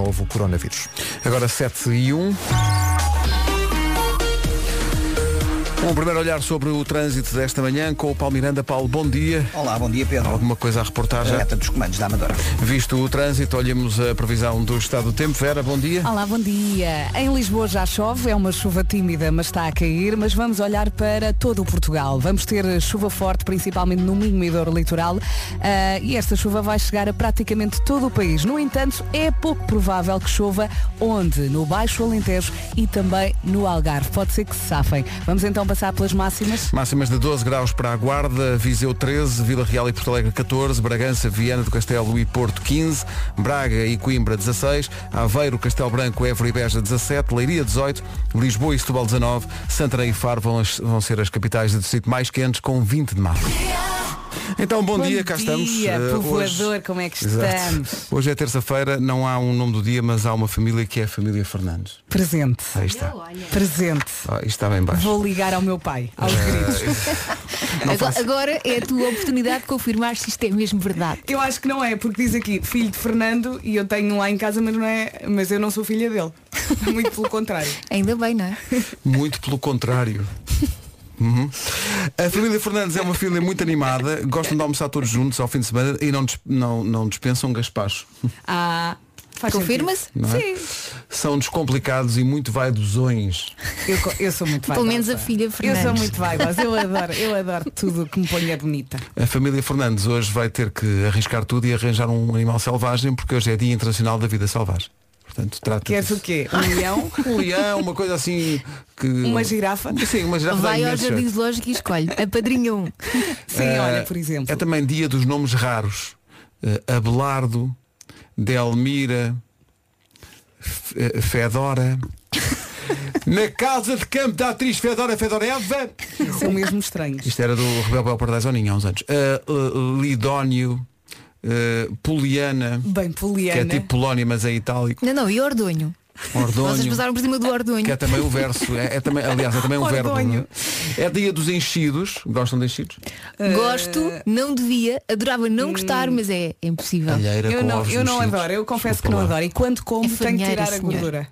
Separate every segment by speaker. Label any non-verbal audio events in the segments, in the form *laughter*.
Speaker 1: novo coronavírus.
Speaker 2: Agora 7 e 1. Um primeiro olhar sobre o trânsito desta manhã com o Paulo Miranda. Paulo, bom dia.
Speaker 3: Olá, bom dia Pedro.
Speaker 2: Alguma coisa a reportar já?
Speaker 3: Reta dos comandos da Amadora.
Speaker 2: Visto o trânsito, olhamos a previsão do estado do tempo. Vera, bom dia.
Speaker 4: Olá, bom dia. Em Lisboa já chove, é uma chuva tímida, mas está a cair, mas vamos olhar para todo o Portugal. Vamos ter chuva forte, principalmente no Minho e Douro Litoral, ah, e esta chuva vai chegar a praticamente todo o país. No entanto, é pouco provável que chova onde? No Baixo Alentejo e também no Algarve. Pode ser que se safem. Vamos então passar pelas máximas.
Speaker 2: Máximas de 12 graus para a Guarda, Viseu 13, Vila Real e Porto Alegre 14, Bragança, Viana do Castelo e Porto 15, Braga e Coimbra 16, Aveiro, Castelo Branco, Évora e Beja 17, Leiria 18, Lisboa e Setúbal 19, Santarém e Faro vão, as- vão ser as capitais de distrito mais quentes com 20 de março. Então, bom, dia, cá estamos.
Speaker 4: dia,
Speaker 2: Eh,
Speaker 4: povoador, como é que
Speaker 2: Exato.
Speaker 4: estamos?
Speaker 2: Hoje é terça-feira, não há um nome do dia, mas há uma família que é a família Fernandes.
Speaker 4: Presente.
Speaker 2: Aí está.
Speaker 4: Presente.
Speaker 2: Ah, isto está bem baixo.
Speaker 4: Vou ligar ao meu pai, aos
Speaker 2: Eh,
Speaker 4: gritos.
Speaker 2: Não
Speaker 5: Agora,
Speaker 2: faço-
Speaker 5: agora é a tua oportunidade de confirmar se isto é mesmo verdade.
Speaker 4: Eu acho que não é, porque diz aqui filho de Fernando e eu tenho um lá em casa, mas não é, mas eu não sou filha *laughs* dele. Muito pelo contrário.
Speaker 5: Ainda bem, não é?
Speaker 2: Muito pelo contrário. Uhum. A família Fernandes é uma família muito animada, gostam de almoçar todos juntos ao fim de semana e não, dis- não, não dispensam gaspacho.
Speaker 4: Ah, faz
Speaker 5: Confirma-se?
Speaker 4: sentido.
Speaker 2: Não é?
Speaker 4: Sim.
Speaker 2: São descomplicados e muito vaidosões.
Speaker 4: Eu, co- eu sou muito vaidosa.
Speaker 5: Pelo menos a filha
Speaker 4: Eu sou
Speaker 5: Fernandes.
Speaker 4: muito vaidosa, eu adoro, eu adoro tudo que me ponha bonita.
Speaker 2: A família Fernandes hoje vai ter que arriscar tudo e arranjar um animal selvagem porque hoje é Dia Internacional da Vida Selvagem. Portanto, trata
Speaker 4: Queres o quê? Um *laughs* leão?
Speaker 2: Um leão, uma coisa assim que.
Speaker 4: Uma girafa?
Speaker 2: Sim, uma girafa. dá
Speaker 5: Vai ao
Speaker 2: imenso
Speaker 5: jardim
Speaker 2: jeito.
Speaker 5: zoológico e escolhe. A padrinha 1.
Speaker 4: Sim,
Speaker 2: Eh,
Speaker 4: olha, por exemplo.
Speaker 2: É também dia dos nomes raros. Eh, Abelardo, Delmira, F- eh,
Speaker 4: *laughs*
Speaker 2: Fedora. Na casa de campo da atriz Fedora Fedoreva.
Speaker 4: *laughs* São mesmo estranhos.
Speaker 2: Isto era do Rebel Bel Paradise Oninho há uns anos. Eh, eh, Lidónio, eh, Poliana,
Speaker 4: Bem,
Speaker 2: que é
Speaker 4: Poliana.
Speaker 2: tipo Polónia, mas é itálico.
Speaker 4: *laughs*
Speaker 5: Não, não, e Ordonho. Vocês
Speaker 2: Ordonho.
Speaker 5: passaram por cima do Ordonho.
Speaker 2: Que é também o verso, é, é também, aliás, é também um verbo.
Speaker 4: Ordonho.
Speaker 2: não é? É dia dos enchidos, gostam de enchidos?
Speaker 5: Gosto, não devia, adorava não gostar, mas é, é impossível.
Speaker 2: Alheira
Speaker 4: Eu
Speaker 2: com
Speaker 4: não,
Speaker 2: ovos
Speaker 4: eu não
Speaker 2: mexidos.
Speaker 4: adoro, eu confesso que
Speaker 2: Desculpa
Speaker 4: não
Speaker 2: lá.
Speaker 4: adoro. E quando como
Speaker 5: É
Speaker 4: tenho que
Speaker 5: farinheira,
Speaker 4: tirar a
Speaker 5: senhora.
Speaker 4: gordura.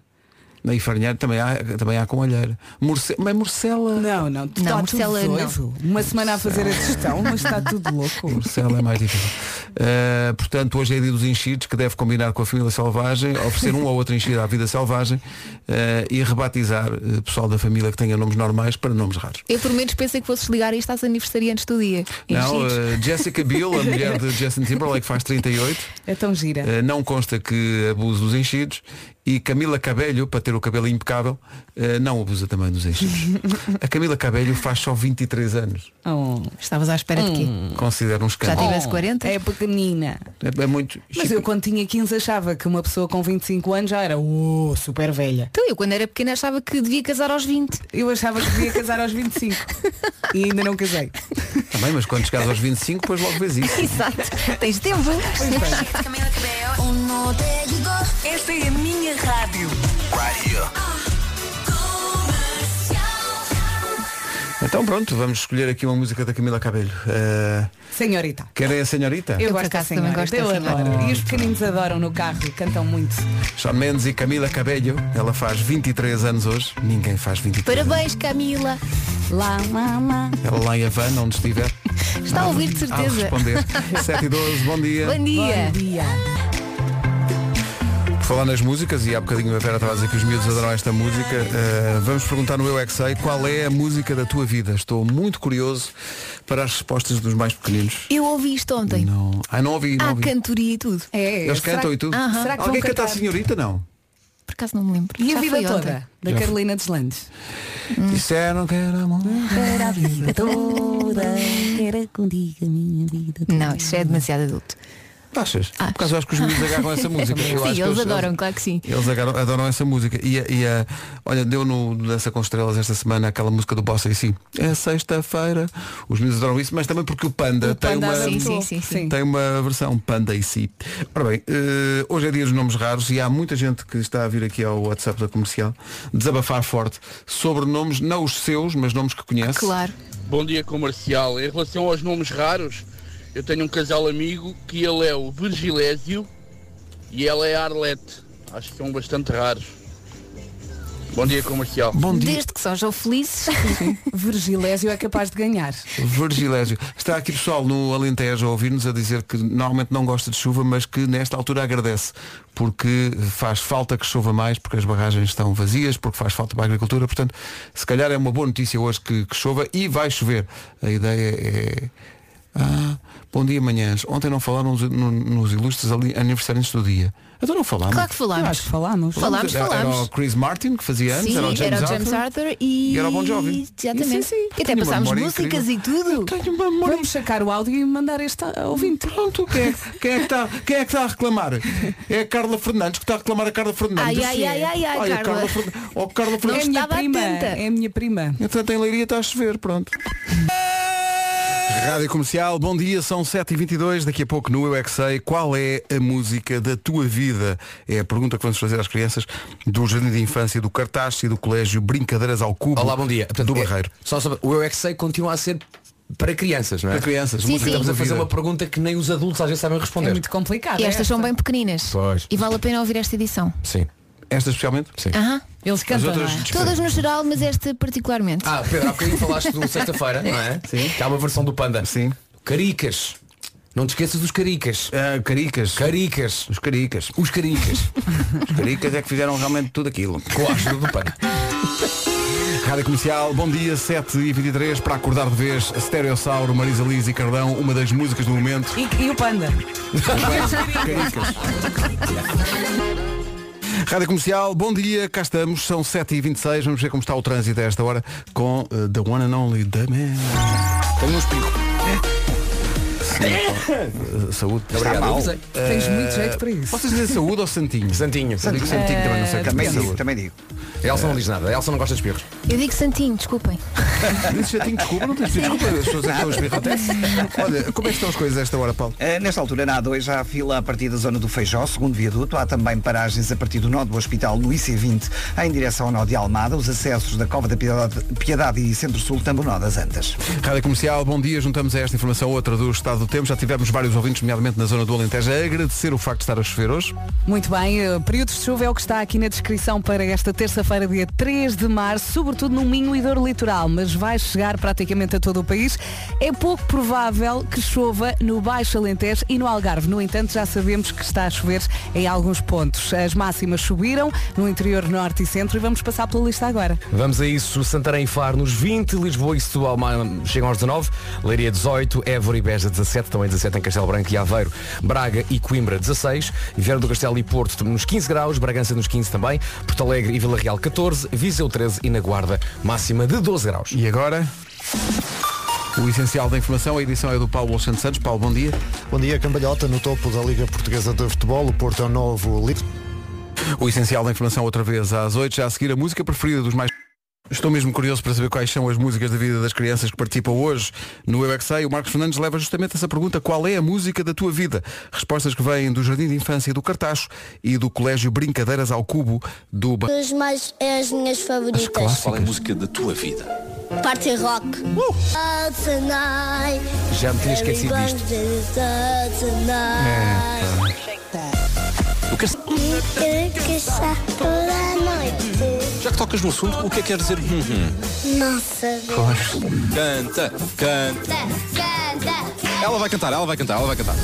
Speaker 2: E farinheiro também há, também há com alheira. Morce... Mas morcela.
Speaker 4: Não, não, tu
Speaker 5: Não,
Speaker 4: tá
Speaker 5: Marcela,
Speaker 4: tudo
Speaker 5: não.
Speaker 4: doido. Uma semana a fazer a digestão, mas está tudo louco.
Speaker 2: Morcela é mais difícil. Uh, portanto, hoje é dia dos enchidos, que deve combinar com a família selvagem, oferecer um ou outro enchido à vida selvagem uh, e rebatizar uh, pessoal da família que tenha nomes normais para nomes raros.
Speaker 5: Eu pelo menos pensei que fosses ligar isto aos aniversariantes do dia.
Speaker 2: Não,
Speaker 5: Enchidos.
Speaker 2: uh, Jessica Biel, a mulher de Justin Timberlake, faz 38,
Speaker 4: É tão gira.
Speaker 2: uh, não consta que abuse dos enchidos, e Camila Cabelho, para ter o cabelo impecável, uh, não abusa também dos enchidos. A Camila Cabelho faz só 23 anos,
Speaker 4: Oh,
Speaker 5: Estavas à espera de quê?
Speaker 2: considero um
Speaker 5: Hum. Já
Speaker 2: escândalo.
Speaker 5: tivesse 40?
Speaker 4: É pequenina.
Speaker 2: É, é muito.
Speaker 4: Mas eu quando tinha 15 achava que uma pessoa com 25 anos já era uh, super velha.
Speaker 5: Então eu quando era pequena achava que devia casar aos 20.
Speaker 4: Eu achava que devia casar aos 25 e ainda não casei.
Speaker 2: Também, mas quando chegares aos 25, depois logo vês isso.
Speaker 5: Exato. Tens tempo.
Speaker 6: Um
Speaker 7: Esta é a minha rádio.
Speaker 2: Então pronto, vamos escolher aqui uma música da Camila Cabelho. Eh,
Speaker 4: Senhorita.
Speaker 2: querem a senhorita?
Speaker 4: Eu,
Speaker 5: Eu, por
Speaker 4: gosto da
Speaker 5: acaso, também
Speaker 4: senhorita.
Speaker 5: gosto da
Speaker 4: eu
Speaker 5: senhora.
Speaker 4: adoro. E os pequeninos adoram no carro, cantam muito.
Speaker 2: Shawn Mendes e Camila Cabelho. Ela faz 23 anos hoje. Ninguém faz 23
Speaker 5: Parabéns, Camila.
Speaker 4: Lá, mamá.
Speaker 2: anos. Ela lá em Havana, onde estiver.
Speaker 5: Está a ouvir de
Speaker 2: Há de
Speaker 5: certeza.
Speaker 2: responder. 7 e 12, bom dia.
Speaker 5: Bom dia.
Speaker 4: Bom dia.
Speaker 2: Por falar nas músicas, e há bocadinho a Vera estava a dizer que os miúdos adoram esta música, eh, vamos perguntar no Eu é Que Sei qual é a música da tua vida. Estou muito curioso para as respostas dos mais pequeninos.
Speaker 5: Eu ouvi isto ontem.
Speaker 2: Não. Ah, não ouvi, não
Speaker 5: Há
Speaker 2: ouvi.
Speaker 5: cantoria e tudo.
Speaker 4: É,
Speaker 2: Eles
Speaker 4: será-
Speaker 2: cantam e tudo.
Speaker 5: Aham.
Speaker 4: Será que
Speaker 2: Alguém
Speaker 4: vão
Speaker 2: canta assim, a
Speaker 4: cantar?
Speaker 2: senhorita, não?
Speaker 5: Por acaso não me lembro.
Speaker 4: E a
Speaker 5: Já
Speaker 4: vida
Speaker 5: foi ontem.
Speaker 4: toda da
Speaker 2: Já foi.
Speaker 4: Carolina Deslandes.
Speaker 2: Hum.
Speaker 5: é,
Speaker 2: Disseram que era amor.
Speaker 5: Não, isso já é demasiado adulto.
Speaker 2: Ah, Achas?
Speaker 5: Acho.
Speaker 2: Por causa acho que os miúdos agarram
Speaker 5: *laughs*
Speaker 2: essa música. Eu acho que
Speaker 5: Ah. É sim, eles adoram, claro que sim.
Speaker 2: Eles, agarram- adoram essa música. E, a- e a- olha, deu no Dança com Estrelas esta semana aquela música do Bossa e sim. É sexta-feira. Os miúdos adoram isso, mas também porque o Panda,
Speaker 4: O Panda
Speaker 2: tem uma.
Speaker 5: Sim,
Speaker 4: adaptou.
Speaker 5: sim, sim, sim.
Speaker 2: Tem uma versão Panda e si. Ora bem, eh, hoje é dia dos nomes raros e há muita gente que está a vir aqui ao WhatsApp da comercial desabafar forte sobre nomes, não os seus, mas nomes que conhece.
Speaker 5: Claro.
Speaker 8: Bom dia comercial. Em relação aos nomes raros, eu tenho um casal amigo que ele é o Virgilésio e ela é a Arlete. Acho que são bastante raros. Bom dia comercial.
Speaker 2: Bom dia,
Speaker 5: Desde que sejam felizes.
Speaker 4: Virgilésio é capaz de ganhar.
Speaker 2: Virgilésio. Está aqui pessoal no Alentejo a ouvir-nos a dizer que normalmente não gosta de chuva, mas que nesta altura agradece, porque faz falta que chova mais, porque as barragens estão vazias, porque faz falta para a agricultura. Portanto, se calhar é uma boa notícia hoje que, que chova e vai chover. A ideia é. Ah, bom dia, manhãs. Ontem não falaram nos, no- nos ilustres ali- aniversariantes do dia. Então não falámos. Então,
Speaker 5: Claro que
Speaker 4: Eu
Speaker 5: falámos.
Speaker 4: acho que falámos.
Speaker 5: Falámos.
Speaker 2: Era- Era o
Speaker 5: falámos.
Speaker 2: Chris Martin que fazia antes,
Speaker 5: Sim,
Speaker 2: era o James, Arthur.
Speaker 5: Arthur e...
Speaker 2: E era o Bon Jovi.
Speaker 5: Exatamente.
Speaker 4: Sim, sim.
Speaker 5: E até
Speaker 2: Tenho uma
Speaker 5: passámos
Speaker 2: memória
Speaker 5: músicas
Speaker 2: incrível.
Speaker 5: e tudo.
Speaker 2: Tenho uma memória
Speaker 4: Vamos sacar o áudio e mandar este a- ouvinte.
Speaker 2: Pronto, quem é, quem é que está a reclamar? É a Carla Fernandes que está a reclamar a Carla Fernandes.
Speaker 5: Ai, ai, ai, ai, ai,
Speaker 2: Olha,
Speaker 5: Carla.
Speaker 2: Fernandes. Oh, Carla
Speaker 4: É a
Speaker 2: Fernandes.
Speaker 4: minha
Speaker 5: estava
Speaker 4: prima.
Speaker 5: atenta.
Speaker 4: É a minha prima.
Speaker 2: Entretanto, em Leiria está a chover, pronto. Rádio Comercial, bom dia, são 7h22, daqui a pouco no Eu é Que Sei, qual é a música da tua vida? É a pergunta que vamos fazer às crianças do Jardim de Infância, do Cartaz e do Colégio Brincadeiras ao Cubo.
Speaker 1: Olá, bom dia. Portanto,
Speaker 2: do
Speaker 1: é-
Speaker 2: Barreiro.
Speaker 1: só sobre, o Eu é que sei continua a ser para crianças, não é?
Speaker 2: Para crianças,
Speaker 5: Sim,
Speaker 2: música
Speaker 5: sim.
Speaker 2: da
Speaker 1: Estamos a
Speaker 2: tua
Speaker 1: fazer
Speaker 2: vida.
Speaker 1: uma pergunta que nem os adultos às vezes sabem responder.
Speaker 4: É muito complicado.
Speaker 5: E
Speaker 4: esta.
Speaker 5: estas são bem pequeninas.
Speaker 1: Pois.
Speaker 5: E vale a pena ouvir esta edição.
Speaker 1: Sim.
Speaker 2: Esta especialmente?
Speaker 1: Sim.
Speaker 5: Aham.
Speaker 4: Eles
Speaker 2: As
Speaker 4: cantam,
Speaker 2: outras
Speaker 4: não é?
Speaker 5: Todas no geral, mas esta particularmente.
Speaker 1: Ah, Pedro, há bocadinho falaste do sexta-feira, não é? Sim. Que há uma versão do Panda.
Speaker 2: Sim.
Speaker 1: Caricas. Não te esqueças dos caricas.
Speaker 2: Ah, caricas.
Speaker 1: Caricas.
Speaker 2: Os caricas.
Speaker 1: Os *laughs* caricas.
Speaker 2: Os caricas é que fizeram realmente tudo aquilo.
Speaker 1: Com a ajuda do Panda.
Speaker 2: *laughs* Rádio Comercial, bom dia, 7h23, para acordar de vez, Stereossauro, Marisa Liz e Cardão, uma das músicas do momento.
Speaker 4: é? E, e o panda.
Speaker 2: Caricas. Rádio Comercial, bom dia, cá estamos, são 7h26, vamos ver como está o trânsito a esta hora com eh, The One and Only The Man.
Speaker 1: Tenho um espirro.
Speaker 2: Eh, Saúde.
Speaker 1: Obrigado. Eu sei.
Speaker 2: Eh,
Speaker 4: Tens muito jeito para isso.
Speaker 2: Vocês dizem saúde ou santinho?
Speaker 1: Santinho.
Speaker 2: Eu digo santinho também, não sei. o que é,
Speaker 3: Também
Speaker 2: mas
Speaker 3: digo,
Speaker 2: saúde.
Speaker 3: também digo.
Speaker 1: A Elsa não diz nada. A Elsa não gosta de espirros.
Speaker 5: Eu digo Santinho, desculpem.
Speaker 2: Dizes santinho, desculpa, não tens de pedir desculpa, as pessoas é que estão a espirrar. Olha, como é que estão as coisas a esta hora, Paulo?
Speaker 3: Eh, nesta altura, na A2, há fila a partir da zona do Feijó, segundo viaduto. Há também paragens a partir do nó do Hospital no IC20, em direção ao nó de Almada, os acessos da Cova da Piedade, Piedade e Centro-Sul, também o nó das Antas.
Speaker 2: Rádio Comercial, bom dia. Juntamos a esta informação outra do estado do tempo. Já tivemos vários ouvintes, nomeadamente na zona do Alentejo, a agradecer o facto de estar a chover hoje.
Speaker 4: Muito bem, eh, períodos de chuva é o que está aqui na descrição para esta terça-feira, dia 3 de março, sobretudo no Minho e Douro Litoral, mas vai chegar praticamente a todo o país. É pouco provável que chova no Baixo Alentejo e no Algarve. No entanto, já sabemos que está a chover em alguns pontos. As máximas subiram no interior norte e centro e vamos passar pela lista agora.
Speaker 1: Vamos a isso, Santarém e Faro nos 20, Lisboa e Setúbal ma- chegam aos 19, Leiria 18, Évora e Beja 17, também 17 em Castelo Branco e Aveiro, Braga e Coimbra 16, Viana do Castelo e Porto nos 15 graus, Bragança nos 15 também, Porto Alegre e Vila Real 14, Viseu 13 e na Guarda máxima de 12 graus.
Speaker 2: E agora, o essencial da informação, a edição é do Paulo Alexandre Santos. Paulo, bom dia.
Speaker 9: Bom dia, Cambalhota, no topo da Liga Portuguesa de Futebol, o Porto é o novo líder.
Speaker 2: O essencial da informação outra vez às 8, já a seguir a música preferida dos mais. Estou mesmo curioso para saber quais são as músicas da vida das crianças que participam hoje no Eu é Que Sei. O Marcos Fernandes leva justamente essa pergunta, qual é a música da tua vida? Respostas que vêm do Jardim de Infância do Cartacho e do Colégio Brincadeiras ao Cubo do... Ba-
Speaker 6: As mais é as minhas favoritas.
Speaker 2: Clássicas.
Speaker 6: Party Rock. Ah, tonight.
Speaker 1: Já me tinha esquecido disto.
Speaker 6: Everybody's out tonight. Eu
Speaker 10: é
Speaker 6: é que está toda noite.
Speaker 10: Já que tocas no assunto, o que é que quer dizer?
Speaker 6: Nossa.
Speaker 10: Canta, canta. Ela vai cantar, ela vai cantar, ela vai cantar.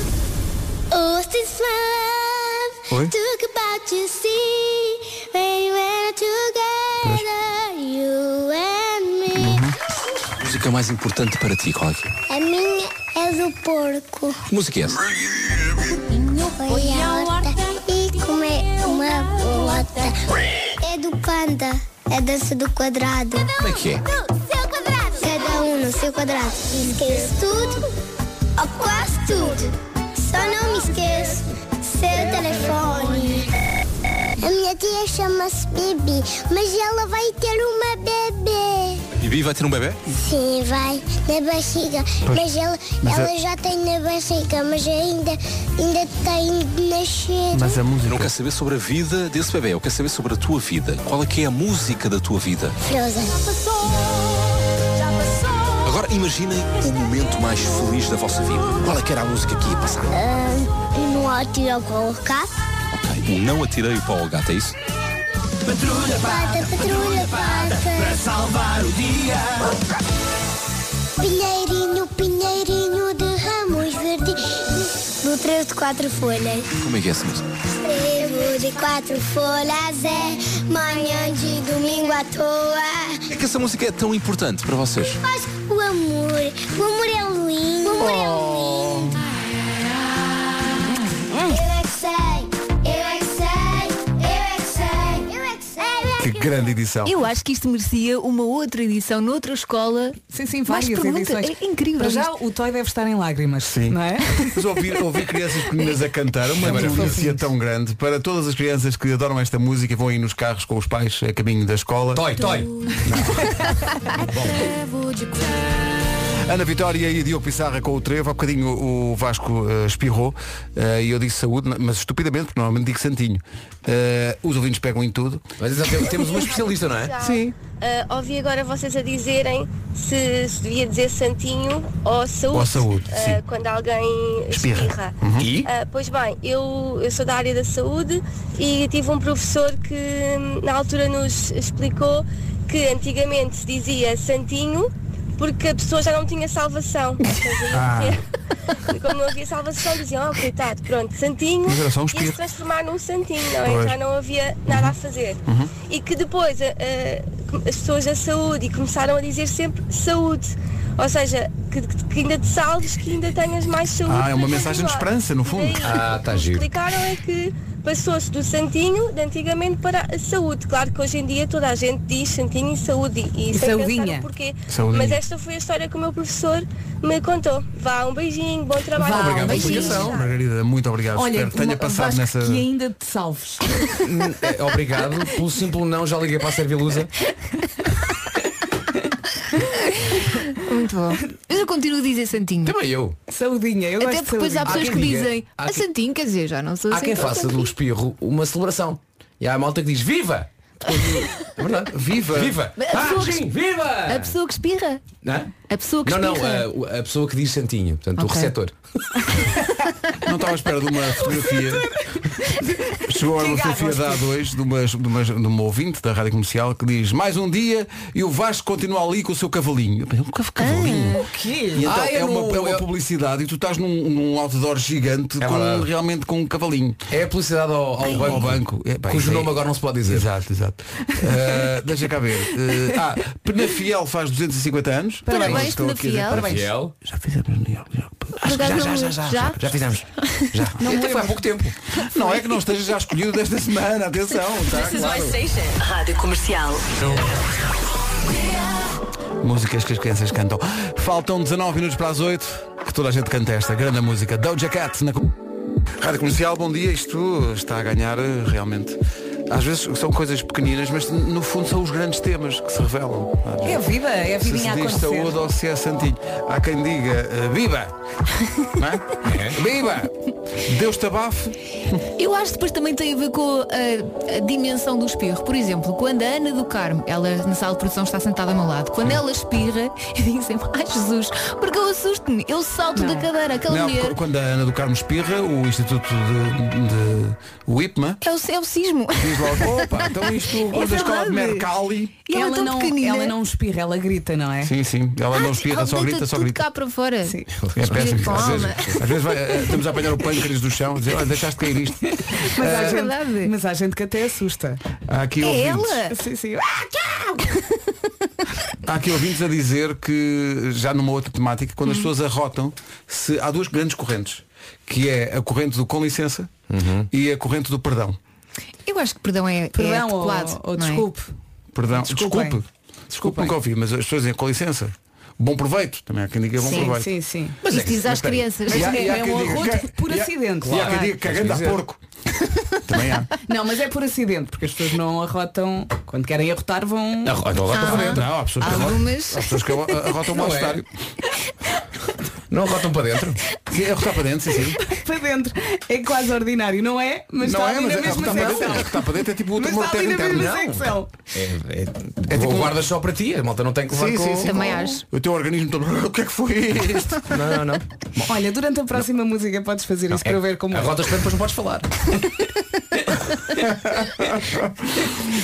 Speaker 6: Oh, this love.
Speaker 2: Oi?
Speaker 6: Talk about you see. When we're together. You and me.
Speaker 10: A música mais importante para ti, qual é? que é?
Speaker 6: A minha é do porco.
Speaker 10: Que música é essa?
Speaker 6: Oi, a horta e comer uma bolota. É do panda. É dança do quadrado.
Speaker 10: Como é que é?
Speaker 6: Cada um no seu quadrado. Esqueço tudo, ou quase tudo. Só não me esqueço. Seu telefone. A minha tia chama-se Bibi, mas ela vai ter uma bebê.
Speaker 10: Bibi vai ter um bebê?
Speaker 6: Sim, vai, na barriga. Mas ela, ela já tem na barriga, mas ainda, ainda tem de nascer.
Speaker 2: Mas a
Speaker 10: Eu
Speaker 2: música...
Speaker 10: não quero saber sobre a vida desse bebê, eu quero saber sobre a tua vida. Qual é que é a música da tua vida?
Speaker 6: Frozen.
Speaker 10: Agora imaginem o momento mais feliz da vossa vida. Qual é que era a música que ia passar?
Speaker 6: no ótimo colocar.
Speaker 10: Ok. O não atirei o pau ao gato, é isso?
Speaker 6: Patrulha pata, patrulha pata, para salvar o dia. Pinheirinho, pinheirinho de ramos verdes, no trevo de quatro folhas.
Speaker 10: Como é que é essa música?
Speaker 6: Trevo de quatro folhas é manhã de domingo à toa.
Speaker 10: É que essa música é tão importante para vocês.
Speaker 6: Mas o amor, o amor é lindo. O amor
Speaker 2: Oh.
Speaker 6: é lindo.
Speaker 2: Hum.
Speaker 6: Eu é que sei, eu é que sei, eu é que sei, eu é que sei. eu é
Speaker 2: Que grande edição.
Speaker 5: Eu acho que isto merecia uma outra edição noutra escola.
Speaker 4: Sim, sim,
Speaker 5: Mais
Speaker 4: várias
Speaker 5: perguntas.
Speaker 4: edições.
Speaker 5: É incrível.
Speaker 4: Para já
Speaker 5: isto.
Speaker 4: o Toy deve estar em lágrimas. Sim.
Speaker 2: *laughs*
Speaker 4: Não é?
Speaker 2: Mas ouvir, ouvir crianças pequeninas a cantar é uma delícia tão grande para todas as crianças que adoram esta música e vão aí nos carros com os pais a caminho da escola.
Speaker 1: Toy, toy.
Speaker 2: Ana Vitória e Diogo Pissarra com o trevo. Há bocadinho o Vasco eh, espirrou eh, e eu disse saúde, mas estupidamente, porque normalmente digo santinho. Eh, os ouvintes pegam em tudo.
Speaker 1: Mas então, temos um especialista, não é?
Speaker 4: Sim.
Speaker 11: Ah, ouvi agora vocês a dizerem se, se devia dizer santinho ou saúde,
Speaker 2: Ou saúde,
Speaker 11: ah,
Speaker 2: sim.
Speaker 11: quando alguém
Speaker 2: Espirra.
Speaker 11: espirra.
Speaker 2: Uhum. E?
Speaker 11: Ah, pois bem, eu, eu sou da área da saúde e tive um professor que hum, na altura nos explicou que antigamente se dizia santinho porque a pessoa já não tinha
Speaker 2: *laughs*
Speaker 11: salvação. Ou seja,
Speaker 2: Ah.
Speaker 11: E *laughs* como não havia salvação, diziam, oh coitado, pronto, santinho,
Speaker 2: Mas era só um
Speaker 11: ia
Speaker 2: espirro.
Speaker 11: se transformar num santinho, não é?
Speaker 2: Pois. Uhum.
Speaker 11: Já não havia nada a fazer. E que depois eh, eh, as pessoas da saúde e começaram a dizer sempre saúde. Ou seja, que, que- que ainda te salves, que ainda tenhas mais saúde.
Speaker 2: Ah, é
Speaker 11: para
Speaker 2: uma mensagem de
Speaker 11: continuar.
Speaker 2: esperança, no
Speaker 11: E
Speaker 2: fundo.
Speaker 11: daí,
Speaker 1: Ah, tá
Speaker 11: o que
Speaker 1: giro.
Speaker 11: Explicaram é que passou-se do santinho de antigamente para a saúde. Claro que hoje em dia toda a gente diz santinho e saúde. E,
Speaker 4: E
Speaker 11: sem pensar
Speaker 4: saudinha.
Speaker 11: o porquê.
Speaker 2: Saudinha.
Speaker 11: Mas esta foi a história que o meu professor me contou. Vá, um beijinho, bom trabalho.
Speaker 4: Vá,
Speaker 2: Obrigado pela
Speaker 4: beijinhos.
Speaker 11: é
Speaker 2: explicação. Margarida, muito obrigado. Espero que tenha
Speaker 4: uma-
Speaker 2: passado
Speaker 4: Vasco,
Speaker 2: nessa.
Speaker 4: que ainda te salves. *laughs*
Speaker 1: É, Obrigado. Pelo simples não, já liguei para a Servilusa.
Speaker 5: Muito bom. Mas eu continuo a dizer santinho.
Speaker 1: Também eu.
Speaker 4: Saudinha, eu
Speaker 5: Até
Speaker 4: gosto de
Speaker 5: porque depois
Speaker 4: saudinha.
Speaker 5: há pessoas
Speaker 1: Há
Speaker 5: que
Speaker 1: quem diga-
Speaker 5: dizem,
Speaker 1: há
Speaker 5: a
Speaker 1: quem-
Speaker 5: santinho, quer dizer, já não sou assim
Speaker 1: Há quem
Speaker 5: santinho."
Speaker 1: faça do espirro uma celebração. E há a malta que diz viva! Depois, é verdade.
Speaker 2: Viva!
Speaker 1: Viva!
Speaker 5: Mas a
Speaker 1: Ah,
Speaker 5: pessoa que-
Speaker 1: sim, viva!
Speaker 5: A pessoa que espirra.
Speaker 1: Não, é?
Speaker 5: A pessoa que
Speaker 1: não, não
Speaker 5: espirra.
Speaker 1: a- o- a, pessoa que diz santinho, portanto o
Speaker 5: Ok.
Speaker 1: receptor.
Speaker 2: Não estava à espera de uma fotografia. Chegou a uma fotografia da A2 de uma, de, uma, de uma ouvinte da rádio comercial que diz mais um dia e o Vasco continua ali com o seu cavalinho. Eu pensei, Um cav- cavalinho? E então
Speaker 1: Ah,
Speaker 2: é,
Speaker 1: eu
Speaker 2: uma,
Speaker 1: não-
Speaker 2: é uma
Speaker 1: eu-
Speaker 2: publicidade e tu estás num, num outdoor gigante
Speaker 1: É
Speaker 2: com,
Speaker 1: verdade.
Speaker 2: realmente com um cavalinho.
Speaker 1: É a publicidade ao, ao banco,
Speaker 2: Ao banco. É, pá,
Speaker 1: cujo
Speaker 2: isso é-
Speaker 1: nome agora não se pode dizer.
Speaker 2: Exato, exato. Ah, deixa cá ver. Ah, ah, Penafiel faz 250 anos.
Speaker 5: Parabéns,
Speaker 2: Estou aqui a dizer
Speaker 5: Penafiel.
Speaker 2: parabéns.
Speaker 1: Fiel.
Speaker 2: Já fizemos New York, New York.
Speaker 5: Por acaso não- já?
Speaker 1: Já fizemos. Já. Até
Speaker 2: Então
Speaker 1: foi há pouco tempo.
Speaker 2: Não é que não esteja já escolhido desta semana, atenção. Tá, claro.
Speaker 7: Rádio Comercial.
Speaker 2: Músicas que as crianças cantam. Faltam 19 minutos para as 8, que toda a gente canta esta grande música. Doja Cat na com- Rádio Comercial, bom dia. Isto está a ganhar eh, realmente. Às vezes são coisas pequeninas, mas no fundo são os grandes temas que se revelam. Às
Speaker 4: É a
Speaker 2: vezes.
Speaker 4: vida, é a
Speaker 2: Se
Speaker 4: vidinha
Speaker 2: se
Speaker 4: a
Speaker 2: diz
Speaker 4: acontecer.
Speaker 2: saúde ou se é santinho. Há quem diga eh, viva! Não
Speaker 5: *laughs*
Speaker 2: é? Viva! Deus te abafe.
Speaker 5: Eu acho que depois também tem a ver com a, a dimensão do espirro. Por exemplo, quando a Ana do Carmo, ela na sala de produção está sentada ao meu lado, quando ela espirra, *laughs* eu digo sempre, ai Jesus, porque eu assusto-me, eu salto da cadeira, aquela
Speaker 2: Não,
Speaker 5: mulher.
Speaker 2: qu- quando a Ana do Carmo espirra, o Instituto de, de o IPMA
Speaker 5: É o, é o sismo. *laughs*
Speaker 2: diz logo, opa, então isto
Speaker 5: é
Speaker 2: quando a escola de
Speaker 5: verdade.
Speaker 2: Mercalli.
Speaker 5: E ela, é tão
Speaker 4: não,
Speaker 5: pequenina.
Speaker 4: ela não espirra, ela grita, não é?
Speaker 2: Sim, sim, ela não
Speaker 5: Ah,
Speaker 2: espirra,
Speaker 5: ela
Speaker 2: só
Speaker 5: deita
Speaker 2: grita, só
Speaker 5: tudo
Speaker 2: grita.
Speaker 5: cá para fora.
Speaker 4: Sim.
Speaker 2: É péssimo.
Speaker 5: Com
Speaker 2: Às
Speaker 5: alma.
Speaker 2: vezes, às vezes vai- eh, estamos a apanhar o pâncreas do chão, a dizer, olha, deixaste cair isto.
Speaker 4: Mas, há
Speaker 5: É
Speaker 4: gente,
Speaker 5: verdade.
Speaker 4: mas há gente que até assusta.
Speaker 2: Há aqui,
Speaker 5: É
Speaker 2: ouvintes,
Speaker 5: ela?
Speaker 4: Sim, sim. Ah,
Speaker 2: há aqui ouvintes a dizer que, já numa outra temática, quando as
Speaker 4: Hum.
Speaker 2: pessoas arrotam, se, há duas grandes correntes, que é a corrente do com licença e a corrente do perdão.
Speaker 5: Eu acho que perdão é, é
Speaker 4: Perdão, ou,
Speaker 5: articulado.
Speaker 4: ou
Speaker 5: não é?
Speaker 4: desculpe.
Speaker 2: Perdão,
Speaker 4: Desculpem.
Speaker 2: desculpe. Desculpe, nunca ouvi, mas as pessoas dizem com licença. Bom proveito, também há quem diga bom
Speaker 4: Sim,
Speaker 2: proveito.
Speaker 4: sim, sim.
Speaker 5: Isto diz às crianças.
Speaker 4: Mas
Speaker 2: E há-
Speaker 4: é,
Speaker 2: e há
Speaker 4: é
Speaker 5: *laughs*
Speaker 2: quem
Speaker 4: um
Speaker 2: diga
Speaker 4: arroto
Speaker 2: que-
Speaker 4: por
Speaker 2: e há-
Speaker 4: acidente.
Speaker 2: E há quem
Speaker 4: claro.
Speaker 2: diga cagando a porco. *laughs* Também há.
Speaker 4: Não, mas é por acidente, porque as pessoas não arrotam. Quando querem arrotar vão.
Speaker 1: Arro- Então
Speaker 4: Ah.
Speaker 1: arrotam para dentro.
Speaker 2: Não, há pessoas que arrotam.
Speaker 5: Algumas.
Speaker 2: Há pessoas que arrotam o
Speaker 1: Não é.
Speaker 2: estádio.
Speaker 1: Não arrotam para dentro.
Speaker 2: Sim, é rotar para dentro, sim, sim.
Speaker 4: *laughs* para dentro. É quase ordinário, não é? Mas está ali na
Speaker 2: é
Speaker 4: mesma
Speaker 2: rotar para dentro,
Speaker 4: secção.
Speaker 2: é rotar para dentro é tipo o
Speaker 4: Mas
Speaker 2: tremor de
Speaker 4: está
Speaker 2: terra
Speaker 4: ali na
Speaker 2: interna.
Speaker 4: mesma secção.
Speaker 1: É, é, tipo, guardas só para ti, a malta não tem que levar
Speaker 2: Sim,
Speaker 1: com...
Speaker 2: sim, sim.
Speaker 5: Também acho.
Speaker 2: O teu organismo todo. *laughs* O que é que foi isto?
Speaker 1: Não, não, não.
Speaker 4: Olha, durante a próxima música podes fazer isso para eu ver como
Speaker 1: A
Speaker 4: é.
Speaker 1: rotas para depois não podes falar.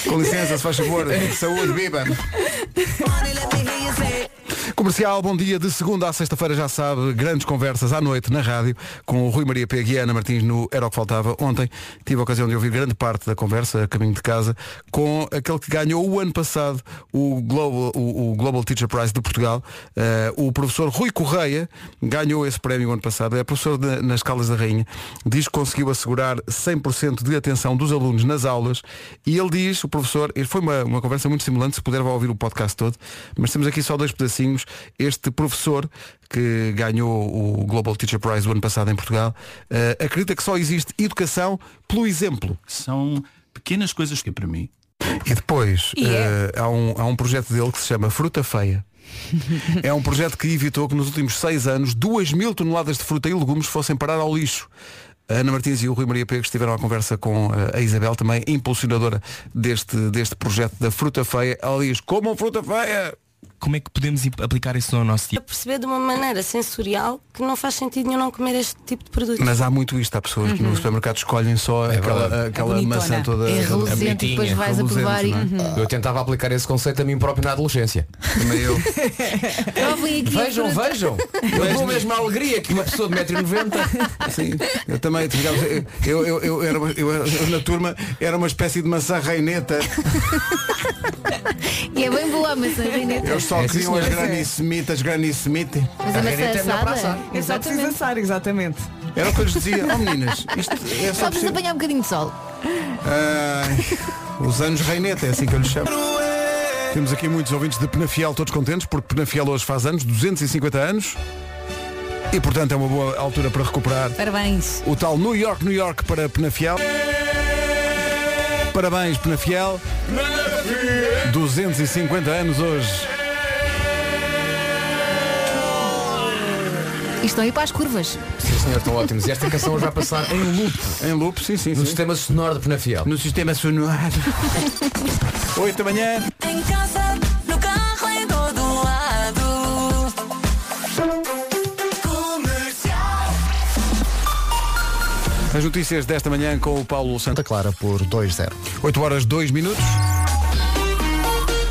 Speaker 2: Com licença, se faz *laughs* favor. Saúde, beba.
Speaker 4: é.
Speaker 2: Comercial, bom dia. De segunda à sexta-feira, já sabe, grandes conversas à noite na rádio com o Rui Maria Pega e a Ana Martins no Era o que Faltava. Ontem tive a ocasião de ouvir grande parte da conversa, a caminho de casa, com aquele que ganhou o ano passado o Global, o, o Global Teacher Prize de Portugal. Eh, o professor Rui Correia ganhou esse prémio o ano passado. É professor na- nas Caldas da Rainha. Diz que conseguiu assegurar 100% de atenção dos alunos nas aulas e ele diz, o professor, e foi uma, uma conversa muito estimulante, se puder vá ouvir o podcast todo, mas temos aqui só dois pedacinhos. Este professor que ganhou o Global Teacher Prize o ano passado em Portugal, eh, acredita que só existe educação pelo exemplo.
Speaker 12: São pequenas coisas que para mim.
Speaker 2: E depois
Speaker 12: E é.
Speaker 2: eh, há, um, há um projeto dele que se chama Fruta Feia. é um projeto que evitou que nos últimos seis anos duas mil toneladas de fruta e legumes fossem parar ao lixo. A Ana Martins e o Rui Maria Pego estiveram à conversa com eh, a Isabel, também impulsionadora deste, deste projeto da Fruta Feia. Ela diz, comam fruta feia!
Speaker 13: Como é que podemos imp- aplicar isso no nosso dia?
Speaker 14: a é perceber de uma maneira sensorial que não faz sentido nenhum não comer este tipo de produto.
Speaker 2: Mas há muito isto, há pessoas que no supermercado escolhem só aquela,
Speaker 5: É
Speaker 2: aquela maçã toda
Speaker 1: bonitinha, reluzente,
Speaker 5: Uhum.
Speaker 1: não é? Eu tentava aplicar esse conceito a mim próprio na adolescência.
Speaker 2: Também eu.
Speaker 5: Provem aqui. a
Speaker 1: Vejam,
Speaker 5: fruta.
Speaker 1: vejam. Eu dou a mesma alegria que uma pessoa de 1,90m.
Speaker 2: Sim, eu também, digamos, eu, eu, eu, era, uma- eu era- eu na turma era uma espécie de maçã
Speaker 5: *laughs*
Speaker 2: reineta.
Speaker 5: E é bem boa, mas a reineta.
Speaker 2: Eles só
Speaker 5: É, sim,
Speaker 2: queriam as
Speaker 5: senhora.
Speaker 2: Granny Smith, as Granny Smith.
Speaker 5: Mas a maçã assada.
Speaker 4: É só preciso assar, exatamente.
Speaker 2: Era o que eu lhes dizia, oh meninas, isto é só
Speaker 5: Só precisa
Speaker 2: preciso.
Speaker 5: apanhar um bocadinho de sol.
Speaker 2: Ai, os anos reineta, é assim que eu lhes chamo. Temos aqui muitos ouvintes de Penafiel, todos contentes, porque Penafiel hoje faz anos, 250 anos. E portanto é uma boa altura para recuperar
Speaker 4: Parabéns.
Speaker 2: o tal New York, New York para Penafiel. Parabéns, Penafiel. 250 anos hoje.
Speaker 5: E estão aí é para as curvas.
Speaker 1: Sim, senhor, estão ótimos. E esta canção hoje vai passar em loop.
Speaker 2: Em loop, sim, sim.
Speaker 1: No sistema sonoro de Penafiel.
Speaker 2: No sistema sonoro. 8 da manhã.
Speaker 7: Em casa, no carro, em todo lado. Comercial.
Speaker 2: As notícias desta manhã com o Paulo Santa Clara por 2-0. 8 horas, 2 minutos.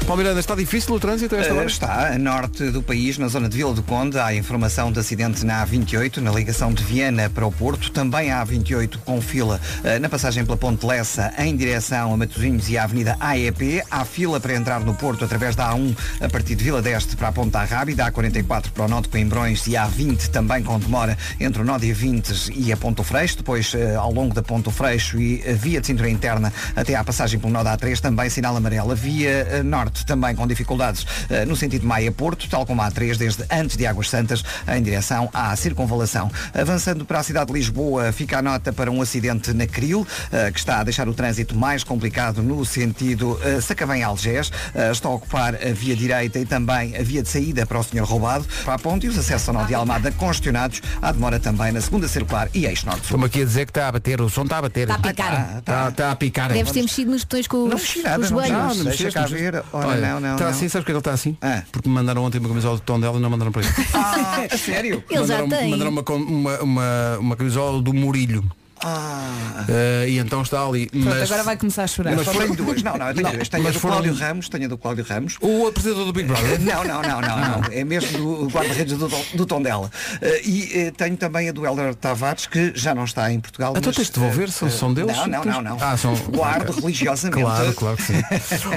Speaker 2: Paulo Miranda, está difícil o trânsito a esta
Speaker 3: Eh,
Speaker 2: hora?
Speaker 3: Está, a norte do país, na zona de Vila do Conde, há informação de acidente na A28, na ligação de Viana para o Porto. Também a A28 com fila eh, na passagem pela Ponte Lessa em direção a Matosinhos e à Avenida AEP. Há fila para entrar no Porto através da A1 a partir de Vila Deste para a Ponta Rábida, A44 para o Nó de Coimbrões e a A20 também com demora entre o Nó de A20 e a Ponto Freixo. Depois, eh, ao longo da Ponto Freixo e a via de cintura interna até à passagem pelo Nó da A3, também sinal amarelo. A via eh, norte também com dificuldades eh, no sentido Maia-Porto, tal como a A3 desde antes de Águas Santas em direção à circunvalação. Avançando para a cidade de Lisboa, fica a nota para um acidente na Cril, eh, que está a deixar o trânsito mais complicado no sentido eh, Sacavém-Algés. Eh, Está a ocupar a via direita e também a via de saída para o Senhor Roubado, para a ponte e os acessos ao Nó de Almada congestionados. Há demora também na segunda circular e eix-norte-sul.
Speaker 2: Estamos aqui a dizer que está a bater, o som está a bater. Está
Speaker 5: a picar.
Speaker 2: Está, a picar. Ah,
Speaker 5: Deves ter mexido nos botões com os,
Speaker 3: Não mexi nada,
Speaker 5: os
Speaker 3: não mexi
Speaker 5: joelhos.
Speaker 3: nada, não mexi. Deixa cá ver. Ora, não, não,
Speaker 2: Está
Speaker 3: não.
Speaker 2: assim, sabes porque ele está assim? Porque me mandaram ontem uma camisola do tom dela e não mandaram para ele.
Speaker 3: Ah, *laughs* a sério?
Speaker 5: Ele já
Speaker 2: mandaram,
Speaker 5: tem.
Speaker 2: mandaram uma, com- uma, uma, uma camisola do Murilho. Eh, e então está ali.
Speaker 4: Pronto,
Speaker 2: mas-
Speaker 4: agora vai começar a chorar.
Speaker 2: mas
Speaker 3: Só
Speaker 2: foram-
Speaker 3: tenho duas. Não, não, eu tenho
Speaker 2: Não,
Speaker 3: duas. Tenho a
Speaker 2: mas
Speaker 3: do
Speaker 2: foram-
Speaker 3: Cláudio Ramos, tenho a do Cláudio Ramos. Eh,
Speaker 2: O apresentador do Big
Speaker 3: *laughs*
Speaker 2: Brother?
Speaker 3: Não, não, não, não, não. É mesmo do guarda-redes do, do Tondela. Eh, e eh, tenho também a do Helder Tavares, que já não está em Portugal.
Speaker 2: Então
Speaker 3: mas,
Speaker 2: tens de devolver,
Speaker 3: eh,
Speaker 2: são- são deles?
Speaker 3: Não, não,
Speaker 2: Tens-
Speaker 3: não. não.
Speaker 2: Ah, são-
Speaker 3: Guardo religiosamente.
Speaker 2: Claro, claro que sim.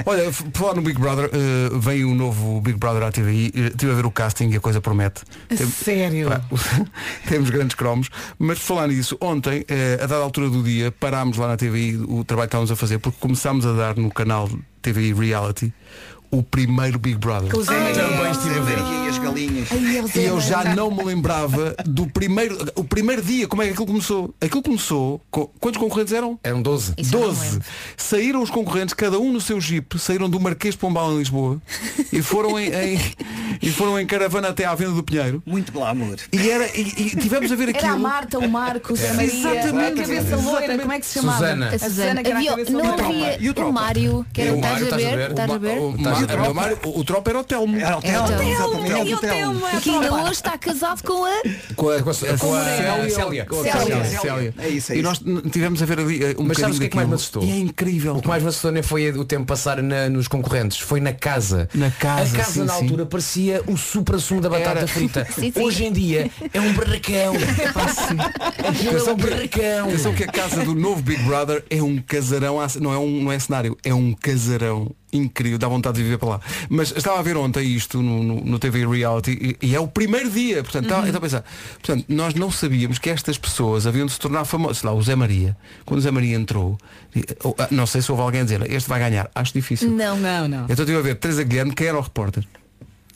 Speaker 2: Olha, f- por falar no Big Brother, eh, vem o novo Big Brother à TVI. Eh, Estive a ver o casting e a coisa promete.
Speaker 4: A sério?
Speaker 2: Pá, *laughs* temos grandes cromos. Mas por falar nisso, ontem, eh, a dada altura do dia, parámos lá na TVI o trabalho que estávamos a fazer, porque começámos a dar no canal TVI Reality o primeiro Big Brother.
Speaker 3: Com o Zé Ai, Maria. também estive a ver.
Speaker 2: E
Speaker 3: as galinhas.
Speaker 2: E eu já não me lembrava do primeiro, o primeiro dia, como é que aquilo começou? Aquilo começou, com, quantos concorrentes eram?
Speaker 1: Eram 12.
Speaker 5: Isso eu não
Speaker 2: 12.
Speaker 5: lembro.
Speaker 2: Saíram os concorrentes, cada um no seu jeep, saíram do Marquês de Pombal em Lisboa e foram em, em- e foram em caravana até à venda do Pinheiro.
Speaker 3: Muito glamour.
Speaker 2: E, era, e, e tivemos a ver aquilo.
Speaker 4: Era a Marta, o Marcos,
Speaker 2: Era.
Speaker 4: a Maria,
Speaker 2: Exatamente,
Speaker 4: a cabeça loira,
Speaker 2: exatamente.
Speaker 4: como é que se chamava?
Speaker 2: Susana.
Speaker 4: A Susana, que era a
Speaker 5: Havia-
Speaker 4: cabeça
Speaker 5: não
Speaker 4: loira.
Speaker 5: havia o, Mário, que era o Estás a ver? Estás a ver?
Speaker 2: O, Ma- o é Mário- o Tropa era o Telmo.
Speaker 3: É
Speaker 2: Era o
Speaker 5: Telmo, Então. Telmo,
Speaker 2: exatamente.
Speaker 5: e o Telmo, Que ainda hoje está casado com a.
Speaker 2: Com a, com a, com a
Speaker 1: Célia.
Speaker 2: Célia. Com a
Speaker 1: Célia.
Speaker 2: Célia.
Speaker 1: É isso, é
Speaker 2: E
Speaker 1: isso.
Speaker 2: nós n- tivemos a ver ali eh, um
Speaker 1: Mas sabes o que é que mais me assustou?
Speaker 2: é incrível.
Speaker 1: O que mais me assustou nem foi o tempo passar na- nos concorrentes, foi na casa. Na
Speaker 2: casa,
Speaker 1: A casa
Speaker 2: sim,
Speaker 1: na
Speaker 2: sim.
Speaker 1: altura parecia o supra-sumo da batata
Speaker 2: Era.
Speaker 1: frita.
Speaker 2: Sim, sim.
Speaker 1: Hoje em dia é um barracão. Aquilo é um barracão.
Speaker 2: Atenção que a casa do novo Big Brother é um casarão, à- não é um não é cenário, é um casarão incrível, dá vontade de viver para lá. Mas estava a ver ontem isto no, no, no TV Reality e, e é o primeiro dia, portanto, estava,
Speaker 1: Uhum.
Speaker 2: eu estava a pensar, portanto, nós não sabíamos que estas pessoas haviam de se tornar famosas. Sei lá, o Zé Maria, quando o Zé Maria entrou, e- ou, ah, não sei se houve alguém a dizer, este vai ganhar, acho difícil.
Speaker 4: Não, não, não.
Speaker 2: Então estive a ver Teresa Guilherme, quem era o repórter?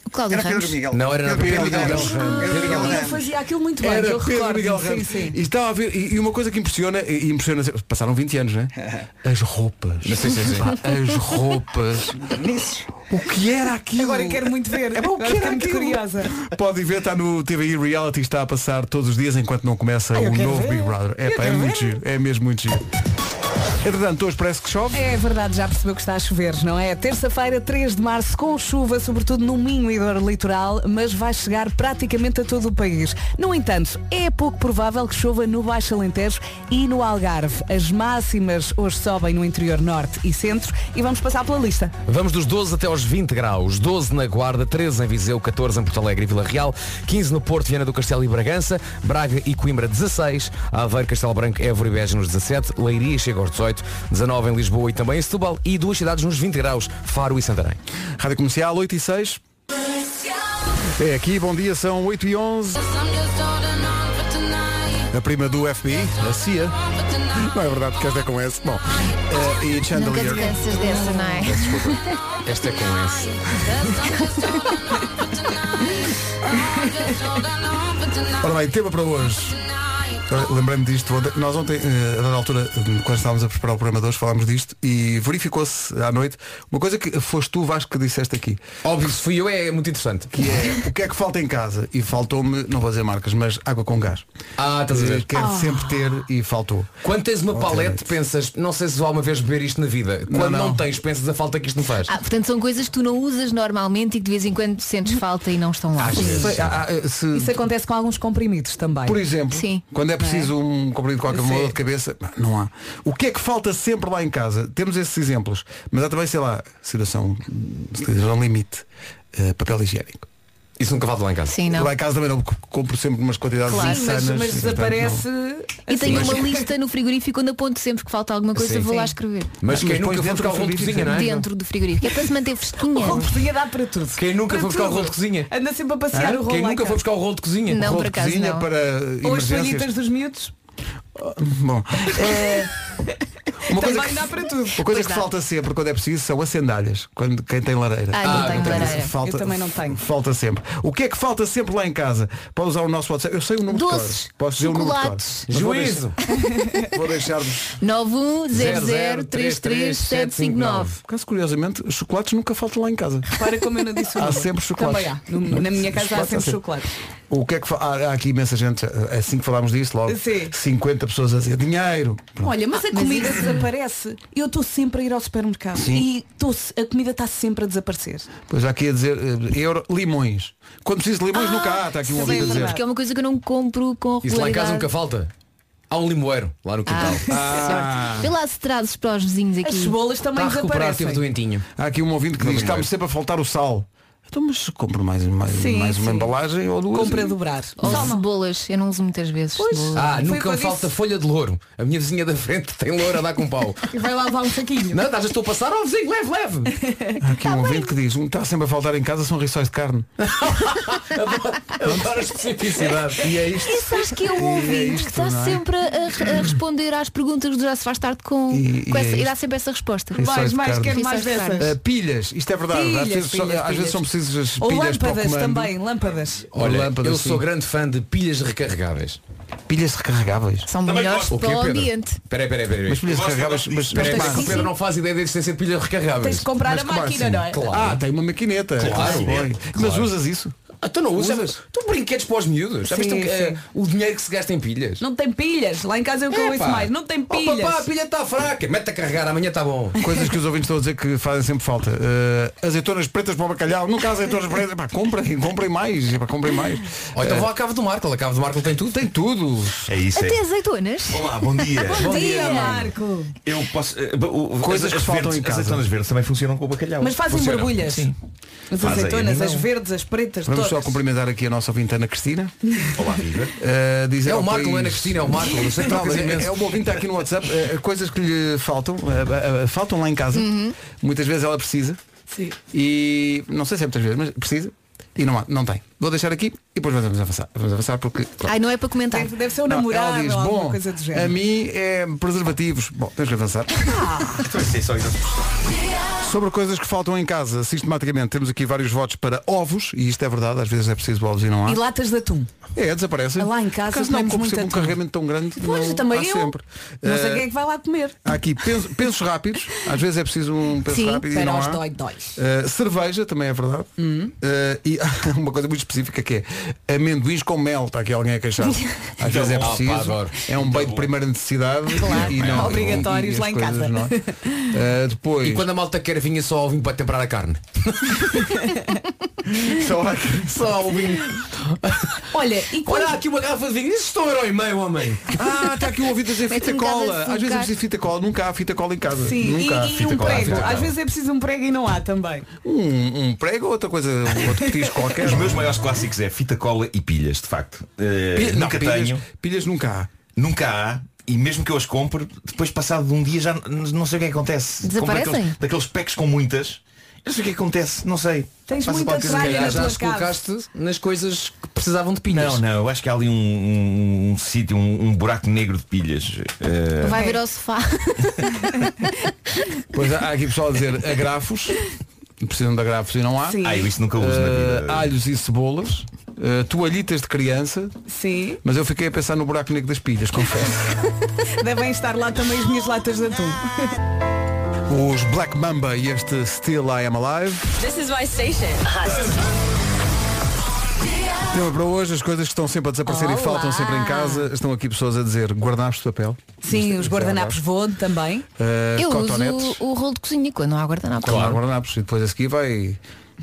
Speaker 5: O Cláudio
Speaker 2: Era Pedro
Speaker 5: Ramos.
Speaker 2: Miguel. Não, era Pedro Miguel Ramos. Pedro Miguel
Speaker 4: Ah, Ele
Speaker 2: Ramos.
Speaker 4: fazia aquilo muito bem,
Speaker 2: Era
Speaker 4: eu
Speaker 2: Pedro
Speaker 4: recordo.
Speaker 2: Miguel
Speaker 4: sim,
Speaker 2: Ramos.
Speaker 4: sim.
Speaker 2: E, estava a ver, e, e uma coisa que impressiona, e impressiona passaram 20 anos,
Speaker 4: *laughs*
Speaker 2: né? As roupas.
Speaker 1: Sim, sim, sim.
Speaker 2: Pá, As roupas. O que era aquilo?
Speaker 4: Agora quero muito ver.
Speaker 2: É bom, o que
Speaker 4: Agora
Speaker 2: era
Speaker 4: fiquei muito
Speaker 2: aquilo?
Speaker 4: curiosa.
Speaker 2: Podem ver, está no TVI Reality, está a passar todos os dias enquanto não começa
Speaker 4: Ai, eu
Speaker 2: o
Speaker 4: quero
Speaker 2: novo
Speaker 4: ver.
Speaker 2: Big Brother. É,
Speaker 4: Eu
Speaker 2: pá, é
Speaker 4: quero
Speaker 2: muito giro, é mesmo muito giro. Entretanto, hoje parece que chove.
Speaker 4: É verdade, já percebeu que está a chover, não é? Terça-feira, 3 de março, com chuva, sobretudo no Minho e Douro Litoral, mas vai chegar praticamente a todo o país. No entanto, é pouco provável que chova no Baixo Alentejo e no Algarve. As máximas hoje sobem no interior norte e centro e vamos passar pela lista.
Speaker 1: Vamos dos 12 até aos 20 graus. 12 na Guarda, 13 em Viseu, 14 em Porto Alegre e Vila Real, 15 no Porto, Viana do Castelo e Bragança, Braga e Coimbra 16, Aveiro, Castelo Branco, Évora e Beja nos 17, Leiria chega aos 18, 19 em Lisboa e também em Setúbal e duas cidades nos 20 graus, Faro e Santarém.
Speaker 2: Rádio Comercial 8 e 6. É aqui, bom dia, são 8 e 11. A prima do FBI, a CIA. Não é verdade que esta é com S. Bom, eh, e
Speaker 5: Nunca
Speaker 2: Chandelier.
Speaker 5: te cansas dessa, não é?
Speaker 1: Esta é com S.
Speaker 2: Ora bem, tema para hoje. Ora, Lembrei-me disto, ontem- nós ontem, eh, a dada altura, eh, quando estávamos a preparar o programa de hoje, falámos disto e verificou-se à noite uma coisa que foste tu, Vasco, que disseste aqui.
Speaker 1: Óbvio, se fui eu é muito interessante.
Speaker 2: Que
Speaker 5: *laughs*
Speaker 2: é, o que é que falta em casa? E faltou-me, não vou dizer marcas, mas água com gás.
Speaker 1: Ah, estás a ver.
Speaker 2: Eh, Quero
Speaker 5: Oh.
Speaker 1: Ah.
Speaker 2: sempre ter e faltou.
Speaker 1: Quando tens uma palete, pensas, não sei se vou alguma vez beber isto na vida. Quando não, tens, pensas a falta que isto me faz.
Speaker 5: Ah, portanto, são coisas que tu não usas normalmente e que de vez em quando sentes falta e não estão lá.
Speaker 2: Sei, ah, ah, se-
Speaker 4: Isso é acontece com alguns comprimidos também.
Speaker 2: Por exemplo, quando é preciso um comprimido com qualquer
Speaker 4: Sim.
Speaker 2: dor de cabeça, não há. O que é que falta sempre lá em casa? Temos esses exemplos, mas há também, sei lá, situação, situação limite, eh, papel higiênico.
Speaker 1: Isso nunca falta lá em casa.
Speaker 5: Sim, não.
Speaker 2: Lá em casa também não porque compro sempre umas quantidades
Speaker 5: Claro. Sim, mas-
Speaker 2: insanas.
Speaker 5: mas
Speaker 2: e, portanto,
Speaker 5: desaparece-
Speaker 2: não.
Speaker 5: E tenho
Speaker 2: Mas-
Speaker 5: uma lista no frigorífico onde aponto sempre que falta alguma coisa,
Speaker 2: Sim.
Speaker 5: vou lá
Speaker 2: Sim.
Speaker 5: escrever.
Speaker 1: Mas quem
Speaker 2: Mas pões
Speaker 1: nunca foi
Speaker 2: dentro
Speaker 1: buscar
Speaker 2: do
Speaker 1: o rolo de cozinha, não é?
Speaker 5: Dentro do frigorífico. É para se manter fresquinha.
Speaker 4: O rolo de cozinha dá para tudo.
Speaker 1: Quem nunca
Speaker 4: Para
Speaker 1: foi buscar o
Speaker 4: tudo.
Speaker 1: rolo de cozinha?
Speaker 4: Anda sempre a passear
Speaker 1: Hã?
Speaker 4: o rolo
Speaker 1: Quem
Speaker 4: lá em
Speaker 1: nunca foi
Speaker 4: casa.
Speaker 1: buscar o rolo de cozinha?
Speaker 4: Não,
Speaker 1: Rolo
Speaker 4: por
Speaker 1: de
Speaker 4: acaso
Speaker 1: cozinha
Speaker 2: É
Speaker 4: não.
Speaker 1: para
Speaker 4: Ou as
Speaker 1: emergências.
Speaker 4: folhitas dos miúdos.
Speaker 2: Bom. É, Uma
Speaker 4: Também
Speaker 2: coisa, que,
Speaker 4: dá para tudo.
Speaker 2: uma
Speaker 4: Pois
Speaker 2: coisa que
Speaker 4: dá.
Speaker 2: falta sempre quando é preciso são as sandálias. Quando, quem tem lareira.
Speaker 4: Ah, não Ah, tenho
Speaker 2: portanto,
Speaker 4: lareira. Eu também não tenho.
Speaker 2: Falta sempre. O que é que falta sempre lá em casa? Para usar o nosso WhatsApp. Eu sei o número de
Speaker 5: Doces,
Speaker 2: cor. Posso dizer o número de cor.
Speaker 5: chocolates.
Speaker 2: Mas vou deixar-
Speaker 5: Juízo.
Speaker 2: Vou deixar-vos.
Speaker 5: 910033759.
Speaker 2: Por acaso, curiosamente, chocolates nunca faltam lá em casa.
Speaker 4: Para como eu não disse o
Speaker 2: *laughs*
Speaker 1: *laughs*
Speaker 2: Há
Speaker 4: nome.
Speaker 2: sempre chocolates.
Speaker 4: Também há. No- Na minha casa há
Speaker 1: é
Speaker 2: Chocolates,
Speaker 4: sempre chocolates.
Speaker 2: O que é que fa- há, há aqui imensa gente, assim que falámos disso, logo
Speaker 4: Sim.
Speaker 2: 50 pessoas a dizer dinheiro.
Speaker 4: Olha, Ah, mas a
Speaker 5: mas
Speaker 4: comida
Speaker 5: isso-
Speaker 4: desaparece. Eu estou sempre a ir ao supermercado
Speaker 2: Sim.
Speaker 4: e tô, a comida está sempre a desaparecer.
Speaker 2: Pois há aqui a dizer eh, euro, limões. Quando preciso de
Speaker 4: Ah,
Speaker 2: limões nunca há, está aqui um
Speaker 5: Sim,
Speaker 2: ouvido a dizer.
Speaker 5: porque é uma coisa que eu não compro com regularidade.
Speaker 1: Isso lá em casa nunca Então, falta. Há um limoeiro lá no quintal.
Speaker 5: Ah. *laughs*
Speaker 2: Ah.
Speaker 5: Vê lá se trazes para os vizinhos aqui.
Speaker 4: As cebolas também
Speaker 1: Está a recuperar,
Speaker 4: desaparecem.
Speaker 1: teve doentinho.
Speaker 2: Há aqui um ouvinte que diz, está-me sempre a faltar o sal. Então, mas compro mais, mais,
Speaker 5: Sim,
Speaker 2: mais uma
Speaker 5: sim.
Speaker 2: embalagem ou duas.
Speaker 4: Compra
Speaker 2: e-
Speaker 4: a dobrar.
Speaker 5: Ou cebolas, eu não uso muitas vezes. cebolas.
Speaker 1: Ah,
Speaker 5: Foi
Speaker 1: nunca
Speaker 5: quando
Speaker 1: falta
Speaker 5: disse-
Speaker 1: folha de louro. A minha vizinha da frente tem louro a dar com pau.
Speaker 4: E vai lá levar um saquinho.
Speaker 1: Não, estás, estou a passar, ó vizinho, leve, leve.
Speaker 2: Há aqui um ouvinte que diz, "Um que está sempre a faltar em casa são rissóis de carne.
Speaker 1: Adoro a especificidade.
Speaker 2: E é isto.
Speaker 5: Isso acho que
Speaker 2: E
Speaker 5: é um
Speaker 2: é
Speaker 5: ouvinte
Speaker 2: isto,
Speaker 5: que está
Speaker 2: não é?
Speaker 5: sempre a, a responder às perguntas do Já se faz tarde com,
Speaker 2: E-
Speaker 5: com
Speaker 2: e é
Speaker 5: essa, e dá
Speaker 2: isto.
Speaker 5: sempre essa resposta.
Speaker 2: Rissóis de carne.
Speaker 5: Rissóis de carne.
Speaker 2: Ah, pilhas, isto é verdade. às
Speaker 4: Pilhas,
Speaker 2: vezes, só- às
Speaker 4: pilhas,
Speaker 2: vezes
Speaker 4: pilhas.
Speaker 2: são precisas as
Speaker 4: Ou
Speaker 2: pilhas para o
Speaker 4: lâmpadas
Speaker 2: comando.
Speaker 4: também, lâmpadas.
Speaker 1: Olha,
Speaker 2: Lâmpadas,
Speaker 1: eu sou
Speaker 2: sim.
Speaker 1: grande fã de pilhas recarregáveis.
Speaker 2: pilhas recarregáveis.
Speaker 5: São
Speaker 1: Também
Speaker 5: melhores
Speaker 1: gosto. O quê,
Speaker 5: para o
Speaker 1: Pedro?
Speaker 5: ambiente.
Speaker 1: Peraí, peraí, peraí.
Speaker 2: Mas pilhas
Speaker 1: Eu gosto
Speaker 2: recarregáveis,
Speaker 1: de-
Speaker 2: mas- mas
Speaker 1: Espera,
Speaker 2: pá,
Speaker 1: que o
Speaker 2: sim,
Speaker 1: Pedro
Speaker 2: sim.
Speaker 1: não faz ideia da existência de pilhas recarregáveis.
Speaker 2: Tens de comprar Mas a como máquina, assim? não é? Claro.
Speaker 1: Ah, tem uma maquineta.
Speaker 2: Claro. Claro. Mas usas isso?
Speaker 1: Ah, tu não usas? Tu brinquedos para os miúdos. Já viste
Speaker 4: Sim,
Speaker 1: o que-
Speaker 4: sim.
Speaker 1: eh, o dinheiro que se gasta em pilhas?
Speaker 4: Não tem pilhas. Lá em casa é o que eu
Speaker 1: Epá.
Speaker 4: ouço mais. Não tem
Speaker 1: Oh,
Speaker 4: pilhas.
Speaker 1: papá, a pilha está fraca. Mete a carregar, amanhã está bom. *laughs*
Speaker 2: Coisas que os ouvintes estão a dizer que fazem sempre falta. Eh, azeitonas pretas para o bacalhau, nunca há azeitonas pretas. Pá, comprem, comprem mais, pá, comprem mais.
Speaker 1: Ou então vão à Cave do Marco, a Cave do Marco tem tudo.
Speaker 2: Tem tudo.
Speaker 15: É isso, é.
Speaker 5: Até azeitonas.
Speaker 15: Olá, bom dia.
Speaker 5: bom,
Speaker 15: Bom
Speaker 5: dia,
Speaker 15: dia.
Speaker 5: Marco.
Speaker 15: Eu posso. eh, o- o-
Speaker 2: Coisas
Speaker 15: as-
Speaker 2: que
Speaker 15: as
Speaker 2: faltam
Speaker 15: verdes-
Speaker 2: em casa.
Speaker 15: As azeitonas verdes também funcionam com o bacalhau.
Speaker 4: Mas fazem
Speaker 15: Funcionam.
Speaker 4: borbulhas.
Speaker 15: Sim.
Speaker 4: As
Speaker 15: Fazem, a
Speaker 4: azeitonas,
Speaker 15: mim
Speaker 4: as
Speaker 15: não.
Speaker 4: verdes, as pretas,
Speaker 2: Vamos só
Speaker 4: todas.
Speaker 2: cumprimentar aqui a nossa ouvinte Ana Cristina.
Speaker 15: *laughs* Olá, Viva.
Speaker 2: Eh, dizer
Speaker 1: É o
Speaker 2: ao
Speaker 1: Marco,
Speaker 2: país-
Speaker 1: Ana Cristina, é o *laughs* Marco, eu sei que
Speaker 2: Não,
Speaker 1: tu
Speaker 2: mas
Speaker 1: queres
Speaker 2: é,
Speaker 1: imenso.
Speaker 2: é o meu ouvinte está aqui no WhatsApp. eh, coisas que lhe faltam, eh, eh, faltam lá em casa. Muitas vezes ela precisa.
Speaker 4: Sim.
Speaker 2: E não sei se é muitas vezes, mas precisa. E não, há, não tem. Vou deixar aqui e depois vamos avançar. Vamos avançar porque.
Speaker 5: Ai, não é para comentar. Deve,
Speaker 4: ser um
Speaker 2: Não, ela diz, bom, a mim é preservativos. Bom, tens que avançar. Sobre coisas que faltam em casa, sistematicamente, temos aqui vários votos para ovos, e isto é verdade, às vezes é preciso ovos e não há.
Speaker 4: E latas de atum.
Speaker 2: É, desaparecem.
Speaker 4: Lá em casa
Speaker 2: Caso não
Speaker 4: comemos
Speaker 2: como
Speaker 4: muito
Speaker 2: sempre um
Speaker 4: atum.
Speaker 2: carregamento tão grande.
Speaker 4: Pois,
Speaker 2: não,
Speaker 4: também
Speaker 2: há
Speaker 4: eu.
Speaker 2: sempre.
Speaker 4: Não sei
Speaker 2: Eh,
Speaker 4: quem é que vai lá comer.
Speaker 2: Há aqui penso- pensos, rápidos, às vezes é preciso um penso
Speaker 4: Sim,
Speaker 2: rápido e
Speaker 4: para
Speaker 2: não
Speaker 4: os
Speaker 2: há.
Speaker 4: dói-dóis.
Speaker 2: Eh, cerveja também é verdade.
Speaker 4: Hum.
Speaker 2: Eh, e *laughs* há uma coisa muito específica que é amendoins com mel, está aqui alguém a queixar.
Speaker 4: *laughs*
Speaker 2: Às vezes é
Speaker 1: bom.
Speaker 2: preciso.
Speaker 1: Ah, pá, adoro.
Speaker 2: é um bem de primeira necessidade
Speaker 4: Claro,
Speaker 2: e não.
Speaker 4: obrigatórios
Speaker 2: e as
Speaker 4: lá em
Speaker 2: coisas
Speaker 4: casa.
Speaker 2: não. é? Eh, depois.
Speaker 1: é E quando a malta quer vinho é só o vinho para temperar a carne.
Speaker 2: Só há-
Speaker 1: é Só um? o vinho.
Speaker 4: Olha, e
Speaker 1: Olha há
Speaker 4: quando-
Speaker 1: aqui uma garrafa de vinho. Isso estou euro e meio, homem.
Speaker 2: Ah, está aqui um ouvido a dizer
Speaker 4: Mete
Speaker 2: fita
Speaker 4: um bocado de
Speaker 2: cola. Às vezes é
Speaker 4: açúcar.
Speaker 2: preciso fita cola. Nunca há fita cola em casa.
Speaker 4: Sim, e,
Speaker 2: Nunca há
Speaker 4: e
Speaker 2: fita
Speaker 4: um
Speaker 2: cola.
Speaker 4: prego.
Speaker 2: Fita cola.
Speaker 4: Às vezes é preciso um prego e não há também.
Speaker 2: Um, um prego ou outra coisa, outro
Speaker 4: *laughs*
Speaker 2: petisco qualquer.
Speaker 15: Os meus maiores clássicos é fita cola e pilhas, de facto. Eh,
Speaker 2: Pilha- não,
Speaker 15: nunca
Speaker 2: pilhas-
Speaker 15: tenho.
Speaker 2: Pilhas nunca há.
Speaker 15: Nunca há. E mesmo que eu as compre, depois passado de um dia já n- não sei o que é que acontece. Compro
Speaker 5: Desaparecem?
Speaker 15: Daqueles, daqueles packs com muitas. Eu não sei o que é que acontece, não sei.
Speaker 4: Tens
Speaker 15: Passa
Speaker 4: muita
Speaker 15: qualquer coisa.
Speaker 4: tralha na
Speaker 1: Já
Speaker 4: tua
Speaker 1: as
Speaker 4: casa.
Speaker 1: *laughs* colocaste nas coisas que precisavam de pilhas.
Speaker 15: Não, não, eu acho que há ali um, um- um sítio, um, um buraco negro de pilhas. Eh,
Speaker 5: Vai ver ao sofá.
Speaker 2: Pois há aqui pessoal a dizer agrafos. Precisam de agrafos e não há.
Speaker 4: Sim.
Speaker 15: Ah, eu isso nunca uso na vida.
Speaker 2: Ah, alhos e cebolas. ah, toalhitas de criança.
Speaker 4: Sim,
Speaker 2: Mas eu fiquei a pensar no buraco negro das pilhas, confesso.
Speaker 4: devem estar lá também as minhas latas de atum.
Speaker 2: Os Black Mamba e este Still I Am Alive.
Speaker 7: This is my station.
Speaker 2: Tema para hoje, as coisas que estão sempre a desaparecer e
Speaker 4: Olá.
Speaker 2: faltam sempre em casa. Estão aqui pessoas a dizer guardanapos de papel.
Speaker 4: Sim, os guardanapos voam também.
Speaker 2: ah,
Speaker 5: Eu
Speaker 2: cotonetes.
Speaker 5: uso o, o rolo de cozinha quando não há guardanapo.
Speaker 2: Claro. guardanapos. E depois a seguir vai.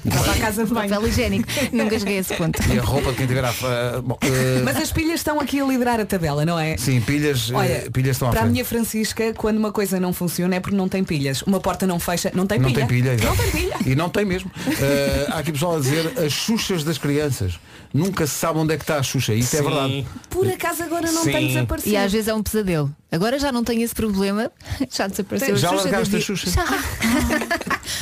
Speaker 4: Vai para a casa de banho.
Speaker 5: Papel higiênico. Nunca cheguei a esse ponto.
Speaker 2: E a roupa de quem tiver à f- ah, bom, ah,
Speaker 4: Mas as pilhas estão aqui a liderar a tabela, não é?
Speaker 2: Sim, pilhas, eh,
Speaker 4: Olha,
Speaker 2: pilhas estão à
Speaker 4: para a
Speaker 2: frente.
Speaker 4: minha Francisca, quando uma coisa não funciona é porque não tem pilhas. Uma porta não fecha, não tem
Speaker 2: Não tem
Speaker 4: pilha.
Speaker 2: pilha, exato.
Speaker 4: não tem pilha.
Speaker 2: E não tem mesmo. Eh, há aqui pessoal a dizer as xuxas das crianças. Nunca se sabe onde é que está a xuxa. Isso é
Speaker 1: Sim.
Speaker 2: verdade.
Speaker 4: Por acaso agora não
Speaker 1: Sim.
Speaker 4: tem desaparecido.
Speaker 5: E às vezes é um pesadelo. Agora já não tenho esse problema. *laughs* Já desapareceu.
Speaker 2: Já
Speaker 5: a Xuxa
Speaker 2: largaste
Speaker 5: da
Speaker 2: a
Speaker 5: vida.
Speaker 2: xuxa?
Speaker 5: Já.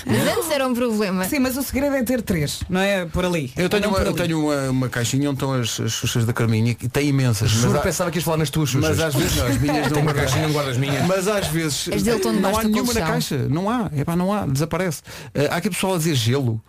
Speaker 5: Mas antes era um problema.
Speaker 4: Sim, mas o segredo é ter três, não é? Por ali.
Speaker 2: Eu tenho,
Speaker 4: Não
Speaker 2: uma,
Speaker 4: por
Speaker 2: eu
Speaker 4: ali.
Speaker 2: tenho uma, uma caixinha onde estão as, as xuxas da Carminha e tem imensas. Mas,
Speaker 1: Juro,
Speaker 2: há-
Speaker 1: pensava que ias falar nas tuas xuxas.
Speaker 2: mas às vezes não, as *laughs* minhas
Speaker 1: Tem
Speaker 2: não
Speaker 1: uma caixinha, não guardas minhas.
Speaker 2: Mas às vezes
Speaker 5: As dele estão
Speaker 2: não
Speaker 5: debaixo
Speaker 2: há
Speaker 5: da
Speaker 2: nenhuma na
Speaker 5: colchão.
Speaker 2: caixa. Não há. Epá, não há. Desaparece. Eh, há aqui pessoal a dizer gelo.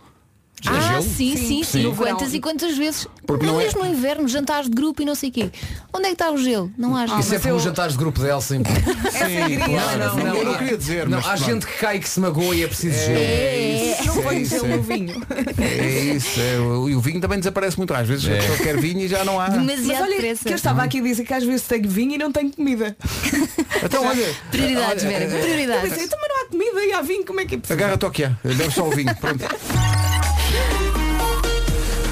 Speaker 5: Ah, sim, sim,
Speaker 1: Sim.
Speaker 5: sim.
Speaker 1: No
Speaker 5: Quantas e quantas vezes?
Speaker 2: é Porque
Speaker 5: Às
Speaker 2: não é-
Speaker 5: vezes no inverno, jantares de grupo e não sei o quê. Onde é que está o gelo? Não há gelo.
Speaker 1: Isso é
Speaker 4: mas
Speaker 1: como
Speaker 4: eu-
Speaker 1: os jantares de grupo dela sempre.
Speaker 4: É sangria, não, não,
Speaker 2: eu não
Speaker 4: há.
Speaker 2: queria dizer,
Speaker 1: Não,
Speaker 2: mas
Speaker 1: há
Speaker 2: pronto.
Speaker 1: gente que cai e que se magoa e é preciso gelo.
Speaker 5: É.
Speaker 4: Não
Speaker 2: É
Speaker 4: põe
Speaker 2: isso,
Speaker 4: gelo
Speaker 2: é.
Speaker 4: no vinho.
Speaker 2: É isso. é, o- e o vinho também desaparece muito. Às vezes a pessoa quer vinho e já não há.
Speaker 4: Mas
Speaker 5: Demasiado
Speaker 4: olha,
Speaker 5: depressa.
Speaker 4: que eu estava aqui a dizer que às vezes tenho vinho e não tenho comida.
Speaker 2: Então olha.
Speaker 5: Prioridades,
Speaker 2: olha, é,
Speaker 5: Vera,
Speaker 4: Eu pensei,
Speaker 5: prioridades.
Speaker 4: também não há comida e há vinho, como é que é possível?
Speaker 2: Agarra-te ao que há, bebe só o vinho, pronto.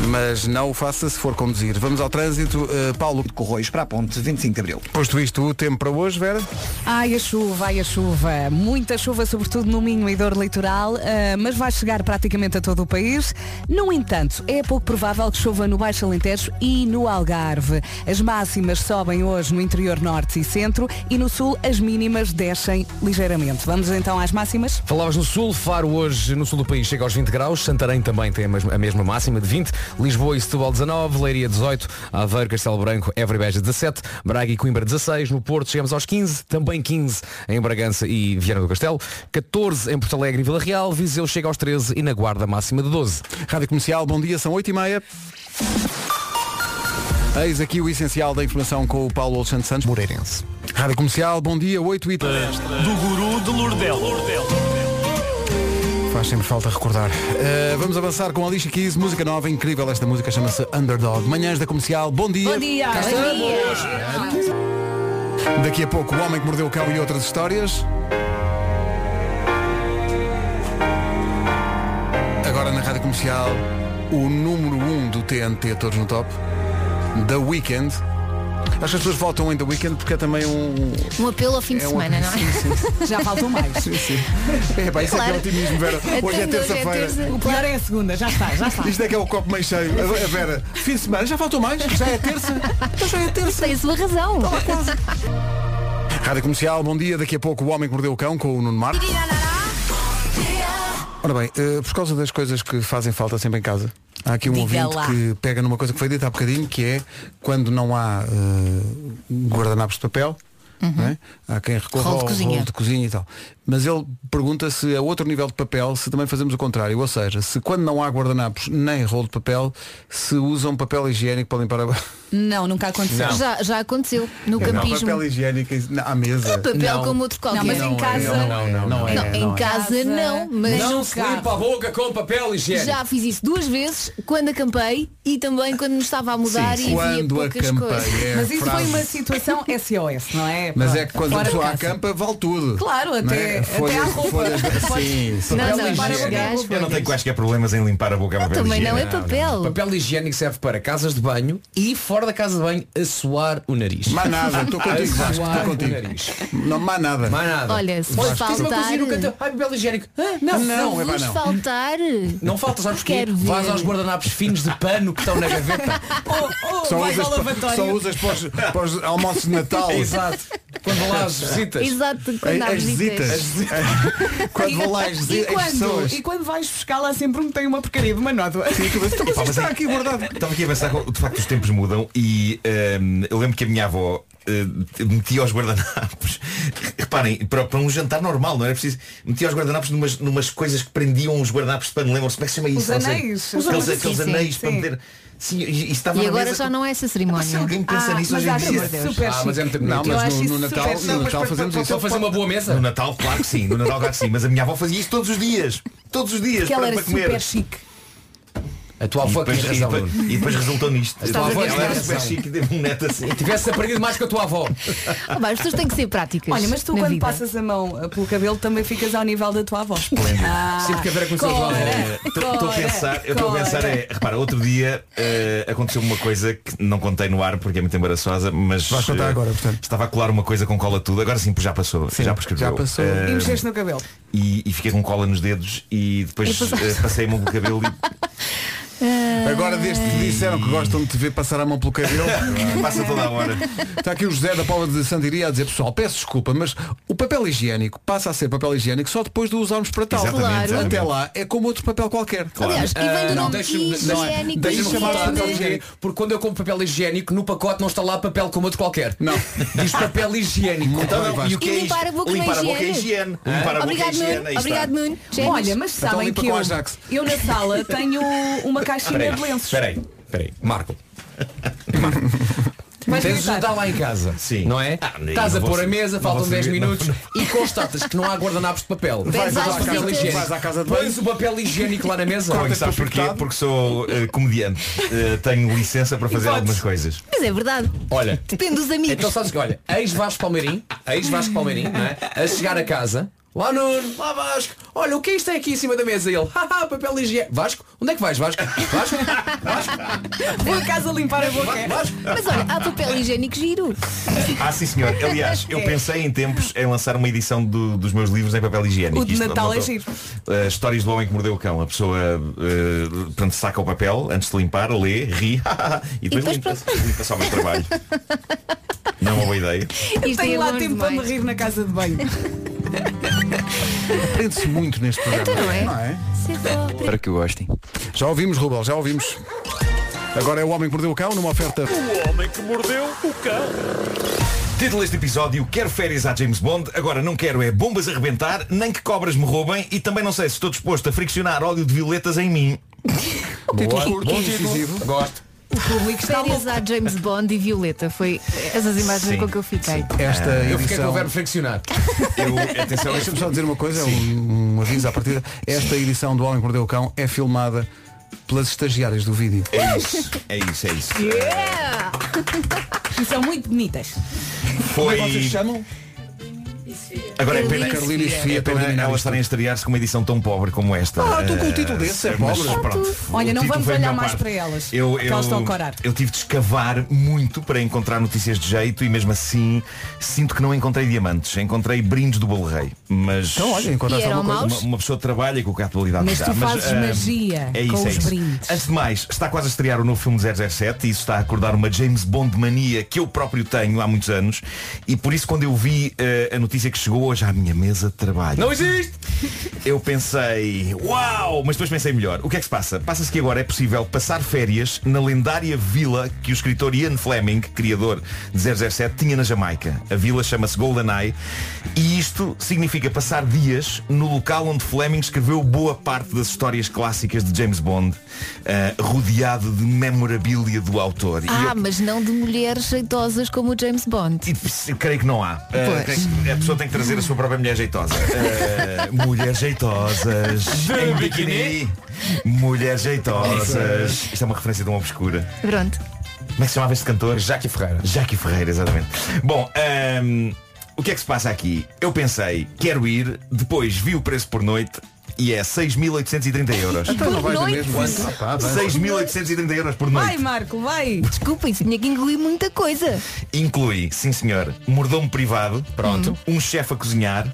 Speaker 2: Mas não o faça se for conduzir. Vamos ao trânsito. Uh, Paulo,
Speaker 3: De Corroios para a ponte, 25 de Abril.
Speaker 2: posto isto, o tempo para hoje, Vera?
Speaker 4: Ai, a chuva, ai, a chuva. Muita chuva, sobretudo no Minho e Dor Litoral, ah, mas vai chegar praticamente a todo o país. No entanto, é pouco provável que chova no Baixo Alentejo e no Algarve. As máximas sobem hoje no interior norte e centro e no sul as mínimas descem ligeiramente. Vamos então às máximas?
Speaker 1: Falavas no sul, Faro hoje no sul do país chega aos 20 graus, Santarém também tem a mesma, a mesma máxima de 20, Lisboa e Setúbal 19, Leiria 18, Aveiro, Castelo Branco, Évora e Beja 17, Braga e Coimbra 16, no Porto chegamos aos 15, também 15 em Bragança e Viana do Castelo, 14 em Porto Alegre e Vila Real, Viseu chega aos 13 e na Guarda máxima de 12.
Speaker 2: Rádio Comercial, bom dia, são 8 e meia. Eis aqui o essencial da informação com o Paulo Alexandre Santos Moreirense. Rádio Comercial, bom dia, 8 e 3.
Speaker 16: Do Guru de Lourdel.
Speaker 2: Faz sempre falta recordar. Uh, vamos avançar com a Alicia Keys, música nova, incrível. Esta música chama-se Underdog. Manhãs da Comercial, bom dia.
Speaker 7: Bom dia.
Speaker 2: Cá
Speaker 5: é
Speaker 7: Bom
Speaker 5: um
Speaker 2: estamos.
Speaker 7: dia.
Speaker 2: Daqui a pouco, O Homem que Mordeu o Cão e outras histórias. Agora na Rádio Comercial, o número 1 um do TNT, todos no top, The Weekend. Acho que as pessoas votam em The Weekend porque é também um...
Speaker 5: Um apelo ao fim de
Speaker 2: É um
Speaker 5: semana, não é?
Speaker 2: apelo,
Speaker 4: Já faltam mais. *laughs*
Speaker 2: Sim, sim. É, pá, isso é que é
Speaker 4: Claro.
Speaker 2: otimismo, Vera.
Speaker 4: Então,
Speaker 2: Hoje é terça-feira.
Speaker 4: O pior é a segunda, já está, já está.
Speaker 2: Isto é que é o copo meio cheio. A a Vera, fim de semana, já faltou mais? Já é terça? Então já é terça.
Speaker 5: Tem sua razão.
Speaker 2: Rádio Comercial, bom dia. Daqui a pouco o Homem que Mordeu o Cão com o Nuno Marco. Ora bem, eh, por causa das coisas que fazem falta sempre em casa, há aqui um
Speaker 17: Diga
Speaker 2: ouvinte
Speaker 17: lá.
Speaker 2: que pega numa coisa que foi dita há bocadinho, que é quando não há eh, guardanapos de papel, não é? há quem recorra
Speaker 17: Uhum. Rolo
Speaker 2: ao
Speaker 17: de
Speaker 2: rolo
Speaker 17: cozinha.
Speaker 2: de cozinha e tal. Mas ele pergunta se a outro nível de papel, se também fazemos o contrário, ou seja, se quando não há guardanapos nem rolo de papel, se usam papel higiênico para limpar a...
Speaker 4: Não, nunca aconteceu.
Speaker 2: Não.
Speaker 5: Já, já aconteceu no campismo.
Speaker 2: papel higiênico na- à mesa.
Speaker 5: É papel como outro qualquer. Não, mas em casa-
Speaker 2: Não, não, não, não é,
Speaker 5: Não, em
Speaker 2: não é.
Speaker 5: casa não, mas
Speaker 1: Não
Speaker 4: um
Speaker 5: no
Speaker 1: se
Speaker 5: carro.
Speaker 1: limpa a boca com papel higiênico.
Speaker 5: Já fiz isso duas vezes, quando acampei e também quando me estava a mudar
Speaker 2: Sim,
Speaker 5: e
Speaker 2: quando
Speaker 5: havia poucas
Speaker 2: acampei,
Speaker 5: coisas.
Speaker 2: é.
Speaker 4: Mas isso
Speaker 2: frase.
Speaker 4: foi uma situação SOS, não é?
Speaker 2: Mas
Speaker 4: Pronto,
Speaker 2: é que quando a
Speaker 4: fora de
Speaker 2: pessoa
Speaker 4: casa.
Speaker 2: acampa, vale tudo.
Speaker 4: Claro,
Speaker 2: Não é?
Speaker 4: até- até à roupa.
Speaker 2: folhas-
Speaker 4: Sim,
Speaker 2: sim.
Speaker 4: Não,
Speaker 2: Papel
Speaker 4: não,
Speaker 5: Então,
Speaker 4: para
Speaker 2: higiênico.
Speaker 4: lugares,
Speaker 15: Eu não tenho quaisquer é problemas em limpar a boca a papel
Speaker 5: também não é
Speaker 15: higiênico.
Speaker 5: papel.
Speaker 1: Papel higiênico serve para casas de banho e fora da casa de banho assoar o nariz.
Speaker 2: Mais nada, estou contigo,
Speaker 1: Assoar
Speaker 2: Vasco, estou
Speaker 1: o
Speaker 2: contigo.
Speaker 1: nariz.
Speaker 2: Não, mais nada.
Speaker 1: Mais nada.
Speaker 5: Olha, se
Speaker 1: Olha,
Speaker 5: vos
Speaker 1: estive a
Speaker 5: faltar.
Speaker 1: cozinhar um canto- Ai, papel higiênico. Ah, não,
Speaker 5: se
Speaker 1: não, é pá,
Speaker 5: vos
Speaker 1: não.
Speaker 5: faltar.
Speaker 1: Não falta, sabes porquê?
Speaker 5: Quero ver.
Speaker 1: Vais aos guardanapos finos de pano que estão na gaveta.
Speaker 2: Só usas, pa- só usas para os, para os almoços de Natal. É-
Speaker 1: Exato. Quando vão lá as visitas.
Speaker 5: Exato,
Speaker 2: Ei,
Speaker 5: quando há
Speaker 2: as visitas.
Speaker 5: visitas.
Speaker 2: As visitas. É- quando vão lá as,
Speaker 4: E
Speaker 2: visitas, as
Speaker 4: quando,
Speaker 2: pessoas.
Speaker 4: e quando vais buscar lá sempre um tem uma porcaria de uma nódoa.
Speaker 15: Epá, mas é- Estava aqui a pensar que de facto os tempos mudam e hum, eu lembro que a minha avó hum, metia aos guardanapos *laughs* reparem, para, para um jantar normal não era preciso, metia aos guardanapos numas, numas coisas que prendiam os guardanapos de pano lembram-se como é que se chama
Speaker 5: Os
Speaker 15: isso? Não sei.
Speaker 5: anéis.
Speaker 15: Aqueles,
Speaker 5: Os anéis,
Speaker 15: aqueles
Speaker 5: sim, sim,
Speaker 15: anéis para
Speaker 5: sim.
Speaker 15: meter sim, e- e estava
Speaker 5: E
Speaker 15: na
Speaker 5: agora
Speaker 15: mesa
Speaker 5: já
Speaker 15: com-
Speaker 5: não é essa cerimónia.
Speaker 15: Se alguém pensa
Speaker 5: Ah,
Speaker 15: nisso hoje em
Speaker 5: é
Speaker 15: dia
Speaker 4: Ah, é
Speaker 2: Não, mas no, no Natal, no Natal fazemos isso.
Speaker 15: No Natal, claro que sim, no Natal claro que sim, mas a minha avó fazia isso todos os dias. Todos os dias
Speaker 4: Porque ela
Speaker 15: para,
Speaker 4: era
Speaker 15: para comer.
Speaker 4: super chique.
Speaker 1: A tua avó
Speaker 15: e depois,
Speaker 1: tinha razão,
Speaker 15: e depois-
Speaker 1: Nuno.
Speaker 15: e depois resultou nisto.
Speaker 1: A tua avó
Speaker 15: ela
Speaker 1: tinha
Speaker 15: era
Speaker 1: razão.
Speaker 15: super chique e teve um neto assim.
Speaker 1: Tivesse aprendido mais com a tua avó.
Speaker 5: Ah, pá, as pessoas têm que ser práticas.
Speaker 4: Olha, mas tu
Speaker 5: na
Speaker 4: quando
Speaker 5: vida.
Speaker 4: passas a mão eh, pelo cabelo também ficas ao nível da tua avó. Ah,
Speaker 1: Sim, porque a Vera começou a
Speaker 4: cora,
Speaker 1: falar dela.
Speaker 15: Estou Eh, a
Speaker 4: cora,
Speaker 15: pensar, eu estou a
Speaker 4: cora.
Speaker 15: pensar é, repara, outro dia eh, aconteceu uma coisa que não contei no ar porque é muito embaraçosa, mas
Speaker 2: Vais contar
Speaker 15: eh,
Speaker 2: agora, portanto.
Speaker 15: estava a colar uma coisa com cola tudo, agora sim, pois já passou, já prescreveu.
Speaker 2: já passou.
Speaker 15: Eh,
Speaker 4: E mexeste no cabelo.
Speaker 15: e, e fiquei com cola nos dedos e
Speaker 4: E
Speaker 15: depois
Speaker 4: passou-
Speaker 15: eh, passei-me o cabelo e
Speaker 5: *laughs*
Speaker 2: Agora desde que disseram que gostam de te ver passar a mão pelo cabelo.
Speaker 15: *laughs* Passa toda a hora.
Speaker 2: Está aqui o José da Paula de Santiria a dizer, pessoal, peço desculpa, mas o papel higiênico passa a ser papel higiênico só depois de o usarmos para tal.
Speaker 15: Exatamente, Claro. exatamente.
Speaker 2: Até lá é como outro papel qualquer. é?
Speaker 5: Aliás, e vem do nome higiênico,
Speaker 1: Deixa-me
Speaker 5: higiene.
Speaker 1: chamar de papel higiênico, porque quando eu compro papel higiênico, no pacote não está lá papel como outro qualquer. Não. Diz papel higiênico.
Speaker 15: Então, não, e o que é
Speaker 5: E limpar a boca
Speaker 15: Limpar
Speaker 5: não
Speaker 15: a
Speaker 5: é
Speaker 15: boca é higiene.
Speaker 5: higiene.
Speaker 15: Limpar a boca é
Speaker 5: Obrigado,
Speaker 15: higiene. aí
Speaker 5: Nuno.
Speaker 15: está.
Speaker 5: Obrigado, Nuno. Gênios.
Speaker 4: Olha, mas
Speaker 15: Então
Speaker 4: sabem
Speaker 15: limpa
Speaker 4: que
Speaker 15: com
Speaker 4: eu,
Speaker 15: Ajax.
Speaker 4: eu na sala tenho uma caixinha
Speaker 15: Espera
Speaker 4: de
Speaker 15: aí,
Speaker 4: lenços.
Speaker 15: Espera aí, espera aí. Marco.
Speaker 4: Mas
Speaker 1: Tens de
Speaker 4: gritar.
Speaker 1: jantar lá em casa, Sim. não é? Estás a
Speaker 15: Ah, não vou
Speaker 1: pôr a
Speaker 15: saber-
Speaker 1: mesa,
Speaker 15: não
Speaker 1: faltam
Speaker 15: vou
Speaker 1: 10
Speaker 15: saber, não-
Speaker 1: minutos e constatas que não há guardanapos de papel.
Speaker 15: Vais Vais à às casa- visitas. vais à casa de banho.
Speaker 1: Pões o papel higiênico lá na mesa.
Speaker 15: Porque, sabes porquê? Porque sou eh, comediante. Eh, tenho licença para fazer
Speaker 1: podes.
Speaker 15: algumas coisas.
Speaker 5: Mas é verdade.
Speaker 1: Olha,
Speaker 5: Depende dos amigos.
Speaker 1: Então sabes que, olha, ex Vasco Palmeirim, ex Vasco Palmeirim, não é? A chegar a casa, lá Nuno, lá Vasco, olha o que é isto tem aqui em cima da mesa? E Ele, haha, papel higiênico. Vasco, onde é que vais, Vasco? Vasco?
Speaker 4: Vou a casa limpar a boca. é
Speaker 5: Mas olha, há papel higiênico giro.
Speaker 15: Ah, sim senhor. Aliás, eu
Speaker 5: É.
Speaker 15: pensei em tempos em lançar uma edição do- dos meus livros em papel higiênico.
Speaker 4: O de
Speaker 15: Isto
Speaker 4: Natal é
Speaker 15: tô-
Speaker 4: giro.
Speaker 15: Eh, histórias do homem que mordeu o cão. A pessoa eh, portanto, saca o papel antes de limpar, lê, ri *laughs* e depois,
Speaker 5: depois
Speaker 15: limpa-se. Limpa só o meu trabalho. Não é uma boa ideia.
Speaker 4: Eu
Speaker 5: é
Speaker 4: tenho lá
Speaker 5: bom
Speaker 4: tempo para me rir na casa de banho.
Speaker 2: Aprende-se muito neste programa.
Speaker 4: Então não é?
Speaker 2: Para que gostem. Já ouvimos, Rubel, já ouvimos. Agora é o homem que mordeu o cão numa oferta.
Speaker 16: O homem que mordeu o cão.
Speaker 15: Título deste episódio, quero férias a James Bond, agora não quero é bombas a arrebentar, nem que cobras me roubem e também não sei se estou disposto a friccionar óleo de violetas em mim.
Speaker 2: Título curto, incisivo.
Speaker 1: Gosto.
Speaker 5: O público está Férias a James Bond e Violeta. Foi essas imagens
Speaker 2: Sim,
Speaker 5: com que eu fiquei.
Speaker 2: Esta
Speaker 1: eu
Speaker 2: edição...
Speaker 1: fiquei com o verbo flexionar.
Speaker 15: Eu, atenção,
Speaker 2: Deixa-me só dizer uma coisa, um, um aviso à partida. Esta edição do Homem que Mordeu o Cão é filmada pelas estagiárias do vídeo.
Speaker 15: É isso, é isso, é isso.
Speaker 4: Yeah! e são muito bonitas.
Speaker 15: Foi.
Speaker 2: Como é que vocês chamam?
Speaker 15: Agora é pena,
Speaker 2: Carolina e Sofia
Speaker 15: é
Speaker 2: estão a
Speaker 15: pena
Speaker 2: eliminar
Speaker 15: elas
Speaker 2: isto.
Speaker 15: estarem a estrear-se com uma edição tão pobre como esta.
Speaker 2: Ah, tu com o
Speaker 15: Eh,
Speaker 2: título desse, é
Speaker 15: mas
Speaker 2: pobre.
Speaker 15: pronto,
Speaker 4: Olha,
Speaker 15: o
Speaker 4: não
Speaker 15: título
Speaker 4: vamos
Speaker 15: foi a
Speaker 4: olhar
Speaker 15: melhor
Speaker 4: mais
Speaker 15: parte.
Speaker 4: para elas,
Speaker 15: Eu,
Speaker 4: que
Speaker 15: eu-
Speaker 4: elas estão a corar.
Speaker 15: Eu tive de escavar muito para encontrar notícias de jeito e mesmo assim sinto que não encontrei diamantes. Encontrei brindes do bolo rei. Mas
Speaker 2: Então, olha, encontraste E eram alguma coisa.
Speaker 15: Uma,
Speaker 2: maus?
Speaker 15: uma pessoa trabalha com o que a atualidade
Speaker 4: Mas
Speaker 15: dá.
Speaker 4: tu fazes
Speaker 15: ah,
Speaker 4: magia
Speaker 15: é isso,
Speaker 4: com
Speaker 15: é
Speaker 4: os
Speaker 15: isso.
Speaker 4: brindes.
Speaker 15: Antes de mais, está quase a estrear o novo filme 007 e isso está a acordar uma James Bond mania que eu próprio tenho há muitos anos e por isso quando eu vi eh, a notícia que chegou hoje à minha mesa de trabalho
Speaker 1: Não existe!
Speaker 15: eu pensei, uau! Mas depois pensei melhor. O que é que se passa? Passa-se que agora é possível passar férias na lendária vila que o escritor Ian Fleming, criador de 007, tinha na Jamaica. A vila chama-se GoldenEye e isto significa passar dias no local onde Fleming escreveu boa parte das histórias clássicas de James Bond, eh, rodeado de memorabilia do autor. E
Speaker 5: Ah, mas não de mulheres jeitosas como o James Bond.
Speaker 15: eu creio que não há. Eh,
Speaker 5: Pois.
Speaker 15: creio que a pessoa tem que trazer a sua própria mulher jeitosa. Eh, *laughs* mulheres jeitosas. em biquíni. Mulheres jeitosas. Isto é uma referência de uma obscura.
Speaker 5: Pronto.
Speaker 15: Como é que se chamava este cantor? Jaqui Ferreira. Jaqui Ferreira, exatamente. Bom, ahm, o que é que se passa aqui? Eu pensei, quero ir, depois vi o preço por noite e é 6.830 euros.
Speaker 2: Então não vais na
Speaker 5: noite?
Speaker 2: mesma. Ah,
Speaker 15: tá.
Speaker 2: pá, vai.
Speaker 15: 6.830 euros por noite.
Speaker 4: Vai, Marco, vai.
Speaker 5: Desculpem, tinha que engolir muita coisa.
Speaker 15: Inclui, sim senhor, um mordomo privado, pronto,
Speaker 2: Uhum.
Speaker 15: um chefe a cozinhar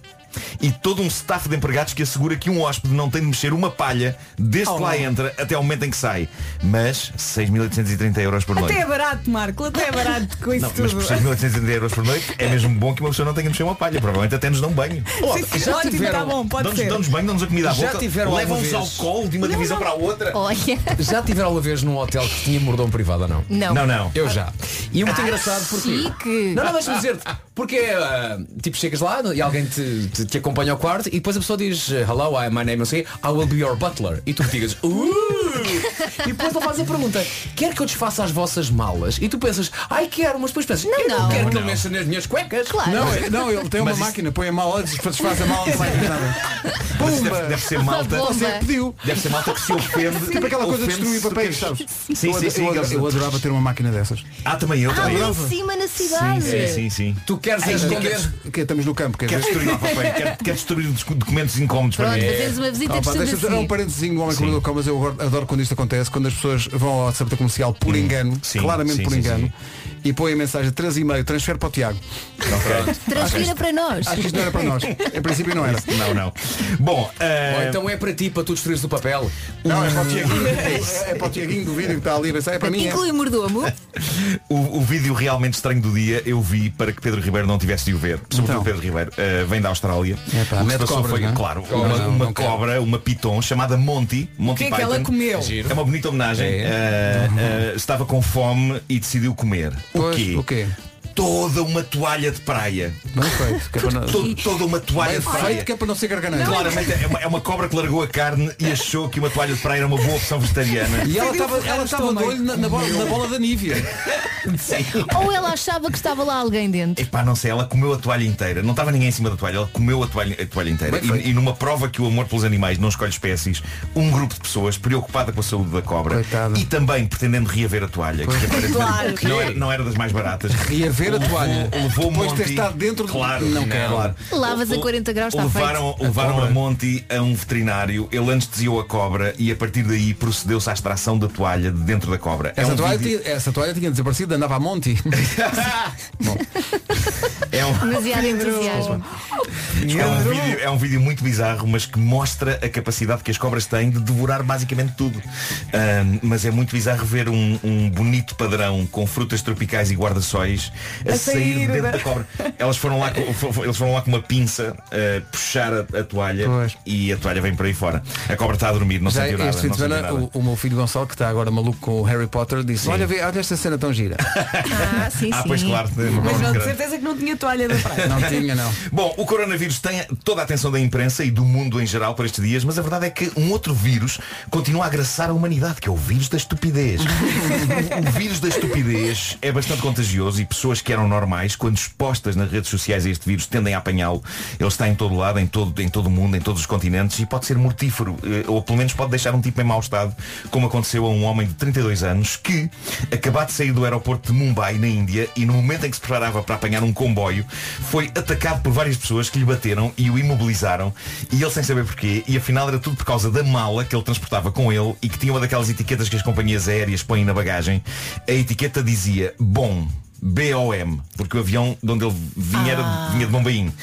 Speaker 15: e todo um staff de empregados que assegura que um hóspede não tem de mexer uma palha desde
Speaker 2: Oh,
Speaker 15: que lá entra até ao momento em que sai. Mas 6.830 euros por noite.
Speaker 4: Até é barato, Marco, até é barato com isso
Speaker 15: Não, mas
Speaker 4: tudo.
Speaker 15: por 6.830 euros por noite é mesmo bom que uma pessoa não tenha de mexer uma palha. Provavelmente até nos dão banho.
Speaker 4: Sim, sim, ótimo, tá bom, pode
Speaker 15: dão-nos,
Speaker 4: ser.
Speaker 15: dão-nos banho, dão-nos a comida à
Speaker 1: Já
Speaker 15: boca.
Speaker 1: tiveram
Speaker 15: Levam-nos
Speaker 1: alguma
Speaker 15: ao
Speaker 1: vez?
Speaker 15: colo de uma
Speaker 1: Não,
Speaker 15: divisão
Speaker 1: não.
Speaker 15: para a outra.
Speaker 2: Oh,
Speaker 5: Olha.
Speaker 1: Já tiveram uma vez num hotel que tinha mordomo privado ou não?
Speaker 2: é
Speaker 5: Não. Não, não.
Speaker 1: Eu já. E é muito engraçado porque.
Speaker 5: chique.
Speaker 1: Não, não, deixa-me dizer-te. Porque ah, tipo chegas lá e alguém te, te, te acompanha ao quarto e depois a pessoa diz eh, Hello, I, my name is I will be your butler. E tu digas, uh! E depois ele faz a pergunta, quer que eu desfaça as vossas malas? E tu pensas, ai quero, mas depois pensas, eu não,
Speaker 2: não.
Speaker 1: quero que
Speaker 2: Não,
Speaker 1: ele
Speaker 2: não.
Speaker 1: mexa nas minhas cuecas.
Speaker 2: Não, é- não, ele tem uma máquina, põe a mala, desfaz a mala, não vai ter nada.
Speaker 15: Mas isso
Speaker 2: Pumba!
Speaker 15: deve, deve ser malta.
Speaker 2: Bomba. Você pediu.
Speaker 15: Deve ser malta que se ofende.
Speaker 2: Tipo aquela coisa de
Speaker 15: ofende-se
Speaker 2: destruir papéis,
Speaker 15: porque-
Speaker 2: sabes?
Speaker 15: Sim,
Speaker 2: eu,
Speaker 15: sim,
Speaker 2: ado-
Speaker 15: sim.
Speaker 2: eu, ado- eu adorava ter uma máquina dessas.
Speaker 15: Ah, também eu,
Speaker 5: Ah,
Speaker 15: também
Speaker 5: lá em
Speaker 15: eu.
Speaker 5: cima na cidade.
Speaker 15: sim, sim.
Speaker 1: Tu queres
Speaker 2: Ai,
Speaker 1: esconder-
Speaker 2: queres- que- é, Estamos no campo, queres
Speaker 15: Quer
Speaker 2: ver?
Speaker 15: destruir o papel, quer, quer destruir os documentos incómodos para
Speaker 5: Pronto,
Speaker 15: mim. é-
Speaker 5: fazes uma visita
Speaker 2: Ah, pá,
Speaker 5: de
Speaker 2: deixa-me dizer um
Speaker 5: estudo
Speaker 2: parentezinho do homem que mordeu o cão, mas eu agora adoro quando isto acontece, quando as pessoas vão ao WhatsApp da comercial por engano, claramente
Speaker 15: Hum. sim,
Speaker 2: por
Speaker 15: sim,
Speaker 2: engano, e põem a mensagem 3 e meio, transfere para o Tiago.
Speaker 5: Transfira para nós.
Speaker 2: Acho que isto não era
Speaker 15: *laughs*
Speaker 2: para nós. Em princípio não era.
Speaker 15: Não, não. Bom,
Speaker 1: Ou
Speaker 15: eh,
Speaker 1: então é para ti, para tu destruires o papel.
Speaker 2: Não, é para o Tiaguinho. É, é para o Tiaguinho do vídeo que está ali a pensar, é para mim. É.
Speaker 15: *laughs*
Speaker 5: Inclui mordomo.
Speaker 15: o, o vídeo realmente estranho do dia eu vi para que Pedro Ribeiro não tivesse de o ver. Sobretudo
Speaker 2: Então.
Speaker 15: Pedro Ribeiro. eh, vem da Austrália.
Speaker 2: Epá,
Speaker 15: o que
Speaker 2: mete
Speaker 15: se passou
Speaker 2: cobras,
Speaker 15: foi,
Speaker 2: não é?
Speaker 15: claro,
Speaker 2: Cobras,
Speaker 15: uma,
Speaker 2: não,
Speaker 15: uma
Speaker 2: não quero.
Speaker 15: cobra, uma piton chamada Monty. Monty
Speaker 4: que é que
Speaker 15: Python.
Speaker 4: ela comeu?
Speaker 15: É uma bonita homenagem. Eh, eh, estava com fome e decidiu comer.
Speaker 2: Pois,
Speaker 15: o quê?
Speaker 2: o quê?
Speaker 15: Toda uma toalha de praia.
Speaker 2: Bem feito. Que é para não...
Speaker 15: To- toda uma toalha
Speaker 2: Bem
Speaker 15: de praia.
Speaker 2: feito que é para não ser garganeiro.
Speaker 15: Claramente é uma, é uma cobra que largou a carne e achou que uma toalha de praia era uma boa opção
Speaker 2: *laughs*
Speaker 15: vegetariana.
Speaker 2: E ela estava ela estava de olho na, na bola, na bola da Nívia.
Speaker 5: Ou ela achava que estava lá alguém dentro.
Speaker 15: *laughs* Epá, não sei, ela comeu a toalha inteira. Não estava ninguém em cima da toalha, ela comeu a toalha, a toalha inteira.
Speaker 2: Bem feito.
Speaker 15: E, e numa prova que o amor pelos animais não escolhe espécies, um grupo de pessoas preocupada com a saúde da cobra
Speaker 2: Coitada.
Speaker 15: e também pretendendo reaver a toalha, que aparentemente
Speaker 5: Claro. é.
Speaker 15: não, era, não era das mais baratas.
Speaker 2: Reaver a
Speaker 15: Levou-
Speaker 2: toalha.
Speaker 15: Levou
Speaker 2: Depois de ter
Speaker 15: Monty-
Speaker 2: estado dentro do-
Speaker 15: claro,
Speaker 2: Não quero.
Speaker 15: Claro.
Speaker 5: Lavas a
Speaker 15: O-
Speaker 5: 40 graus, está feito.
Speaker 15: levaram, levaram a, Monty a um veterinário, ele anestesiou a cobra e a partir daí procedeu-se à extração da toalha de dentro da cobra.
Speaker 2: Essa,
Speaker 15: um
Speaker 2: toalha
Speaker 15: vídeo-
Speaker 2: tinha, essa toalha tinha desaparecido, andava a monte.
Speaker 15: é um-
Speaker 5: Demasiado entusiasmo.
Speaker 15: É um, vídeo, é um vídeo muito bizarro, mas que mostra a capacidade que as cobras têm de devorar basicamente tudo. Ahm, mas é muito bizarro ver um, um bonito padrão com frutas tropicais e guarda-sóis a, sair
Speaker 4: A
Speaker 15: de
Speaker 4: sair
Speaker 15: dentro
Speaker 4: da-
Speaker 15: da cobra. Elas foram lá com, fo- fo- eles foram lá com uma pinça eh, puxar a, a toalha
Speaker 2: Pois.
Speaker 15: e a toalha vem para aí fora. A cobra está a dormir, não
Speaker 2: Já
Speaker 15: sentiu nada.
Speaker 2: este fim de
Speaker 15: É não sentiu
Speaker 2: semana
Speaker 15: nada.
Speaker 2: o, o meu filho Gonçalo, que está agora maluco com
Speaker 15: *laughs*
Speaker 2: o Harry Potter, disse, olha, vê, olha esta cena tão gira.
Speaker 5: Ah, sim,
Speaker 15: Ah,
Speaker 5: sim.
Speaker 15: pois claro.
Speaker 4: Mas não, de
Speaker 15: claro.
Speaker 4: certeza que não tinha toalha da
Speaker 15: *laughs*
Speaker 4: praia.
Speaker 2: Não tinha, não.
Speaker 15: Bom, o coronavírus tem toda a atenção da imprensa e do mundo em geral para estes dias, mas a verdade é que um outro vírus continua a agraçar a humanidade, que é o vírus da estupidez. o vírus da estupidez é bastante contagioso e pessoas que eram normais, quando expostas nas redes sociais a este vírus, tendem a apanhá-lo. Ele está em todo lado, em todo, em todo o mundo, em todos os continentes e pode ser mortífero, eh, ou pelo menos pode deixar um tipo em mau estado, como aconteceu a um homem de 32 anos que, acabado de sair do aeroporto de Mumbai, na Índia, e no momento em que se preparava para apanhar um comboio, foi atacado por várias pessoas que lhe bateram e o imobilizaram, e ele sem saber porquê, e afinal era tudo por causa da mala que ele transportava com ele e que tinha uma daquelas etiquetas que as companhias aéreas põem na bagagem. A etiqueta dizia bom, B-O-M, porque o avião de onde ele vinha, era-
Speaker 4: Ah.
Speaker 15: vinha de Bombaim.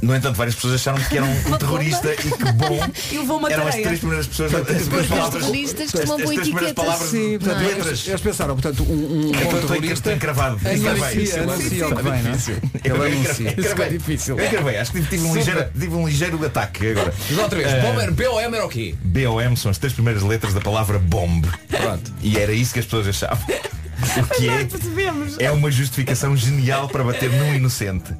Speaker 15: No entanto, várias pessoas acharam que era um
Speaker 4: *laughs*
Speaker 15: terrorista e que bom
Speaker 4: Eu vou *laughs* uma
Speaker 15: eram as
Speaker 4: tareia.
Speaker 15: três primeiras pessoas as
Speaker 4: Pois,
Speaker 15: primeiras
Speaker 4: os
Speaker 15: palavras
Speaker 4: terroristas
Speaker 15: as-
Speaker 4: tomam
Speaker 15: as
Speaker 4: boa
Speaker 15: três primeiras
Speaker 4: etiqueta.
Speaker 15: palavras
Speaker 4: Sim,
Speaker 15: de
Speaker 4: portanto,
Speaker 15: letras.
Speaker 2: Eles, eles pensaram, portanto, um, um
Speaker 15: Eu
Speaker 2: bom
Speaker 15: estou-
Speaker 2: terrorista
Speaker 15: estou encravado.
Speaker 2: É anuncia, anuncia o que vem, não é? Ele anuncia.
Speaker 15: é Eu encravei, acho que tive um,
Speaker 1: Super.
Speaker 15: ligeiro, tive um ligeiro ataque agora.
Speaker 1: Diz outra vez,
Speaker 15: Eh,
Speaker 1: Bomber, B-O-M era o quê?
Speaker 15: BOM são as três primeiras letras da palavra bomb. Pronto. E era isso que as pessoas achavam. O que é,
Speaker 4: percebemos.
Speaker 15: é uma justificação genial para bater num inocente.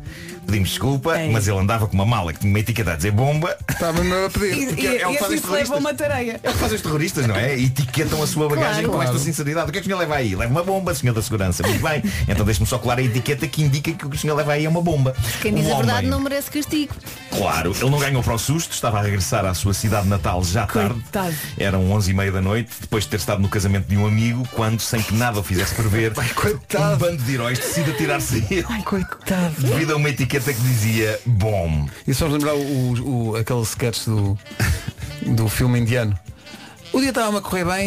Speaker 15: Pedimos desculpa, mas ele andava com uma mala que tinha uma etiqueta a dizer bomba.
Speaker 2: Estava-me a
Speaker 4: E,
Speaker 2: pedir.
Speaker 4: e,
Speaker 15: é
Speaker 4: e assim se leva uma tareia.
Speaker 15: Ele faz os terroristas, não é? E Etiquetam a sua bagagem
Speaker 4: Claro.
Speaker 15: com esta
Speaker 4: Claro.
Speaker 15: sinceridade. O que é que o senhor leva aí? Leva uma bomba, senhor da segurança. Muito bem. Então deixe-me só colar a etiqueta que indica que o que o senhor leva aí é uma bomba.
Speaker 5: Quem diz
Speaker 15: O
Speaker 5: a verdade
Speaker 15: homem,
Speaker 5: não merece castigo.
Speaker 15: Claro, ele não ganhou para o susto, estava a regressar à sua cidade natal já tarde.
Speaker 5: Coitado.
Speaker 15: Eram 11 e meia da noite, depois de ter estado no casamento de um amigo, quando, sem que nada o fizesse prever, um bando de heróis decide atirar-se a ele.
Speaker 4: coitado.
Speaker 15: Devido a uma etiqueta que dizia bom.
Speaker 2: E só lembrar o, o- aquele sketch do, do filme indiano. O dia estava-me a correr bem.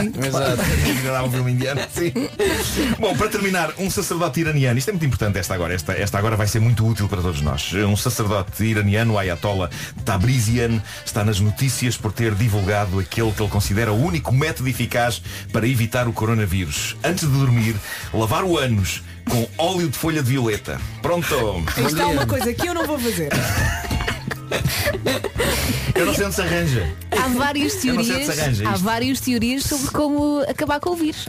Speaker 15: Ignorava o filme um indiano, sim. Bom, para terminar, um sacerdote iraniano, isto é muito importante esta agora, esta, esta agora vai ser muito útil para todos nós. Um sacerdote iraniano, o Ayatollah Tabrizian, está nas notícias por ter divulgado aquele que ele considera o único método eficaz para evitar o coronavírus. Antes de dormir, lavar o ânus com óleo de folha de violeta. Pronto.
Speaker 4: Isto é uma coisa que eu não vou fazer.
Speaker 15: Eu não sei onde se arranja.
Speaker 5: Há
Speaker 15: *laughs*
Speaker 5: várias
Speaker 15: Eu não sei onde se
Speaker 5: teorias.
Speaker 15: arranja
Speaker 5: Há
Speaker 15: isto.
Speaker 5: várias teorias sobre como acabar com o vírus.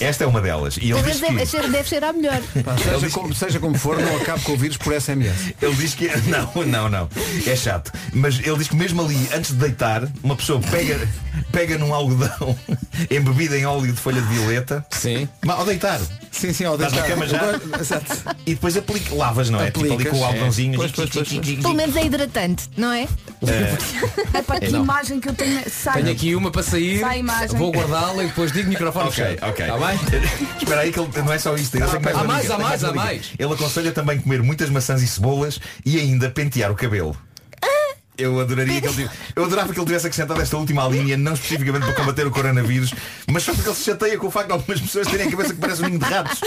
Speaker 15: Esta é uma delas. E ele
Speaker 5: Mas
Speaker 15: diz que...
Speaker 5: deve, ser- deve ser
Speaker 15: *laughs*
Speaker 5: a melhor.
Speaker 2: Pá, seja, como, seja como for, não acabo com o vírus por SMS.
Speaker 15: Ele diz que. *laughs* Não, não, não. É chato. Mas ele diz que mesmo ali, antes de deitar, uma pessoa pega, pega num algodão *laughs* embebida em óleo de folha de violeta. Sim. Ao deitar.
Speaker 2: Sim, sim, ao
Speaker 15: Estás na
Speaker 2: deitar.
Speaker 15: cama já.
Speaker 2: Agora- exato.
Speaker 15: E depois aplica. Lavas, não é? Tipo ali
Speaker 2: Aplicas,
Speaker 15: com o
Speaker 2: é.
Speaker 15: algodãozinho.
Speaker 2: Pois, pois, pois, pois.
Speaker 5: Pelo menos é hidratante, não é?
Speaker 15: É.
Speaker 4: Epá, que
Speaker 1: Não.
Speaker 4: imagem que eu tenho. Sai.
Speaker 1: Tenho aqui uma para sair,
Speaker 4: Sai a imagem.
Speaker 1: vou guardá-la e depois digo microfone.
Speaker 15: Ok,
Speaker 1: fechado.
Speaker 15: ok.
Speaker 1: Tá bem?
Speaker 15: *laughs* Espera aí que ele não é só isto. Ele tem
Speaker 1: há
Speaker 15: uma
Speaker 1: mais,
Speaker 15: dica,
Speaker 1: há
Speaker 15: tem
Speaker 1: mais,
Speaker 15: uma
Speaker 1: há
Speaker 15: dica.
Speaker 1: mais.
Speaker 15: Ele aconselha também comer muitas maçãs e cebolas e ainda pentear o cabelo.
Speaker 4: Ah!
Speaker 15: Eu adoraria que ele tivesse, eu adorava que ele tivesse acrescentado esta última linha, não especificamente para combater o coronavírus, mas só porque ele se chateia com o facto de algumas pessoas terem a cabeça que parece um ninho de ratos.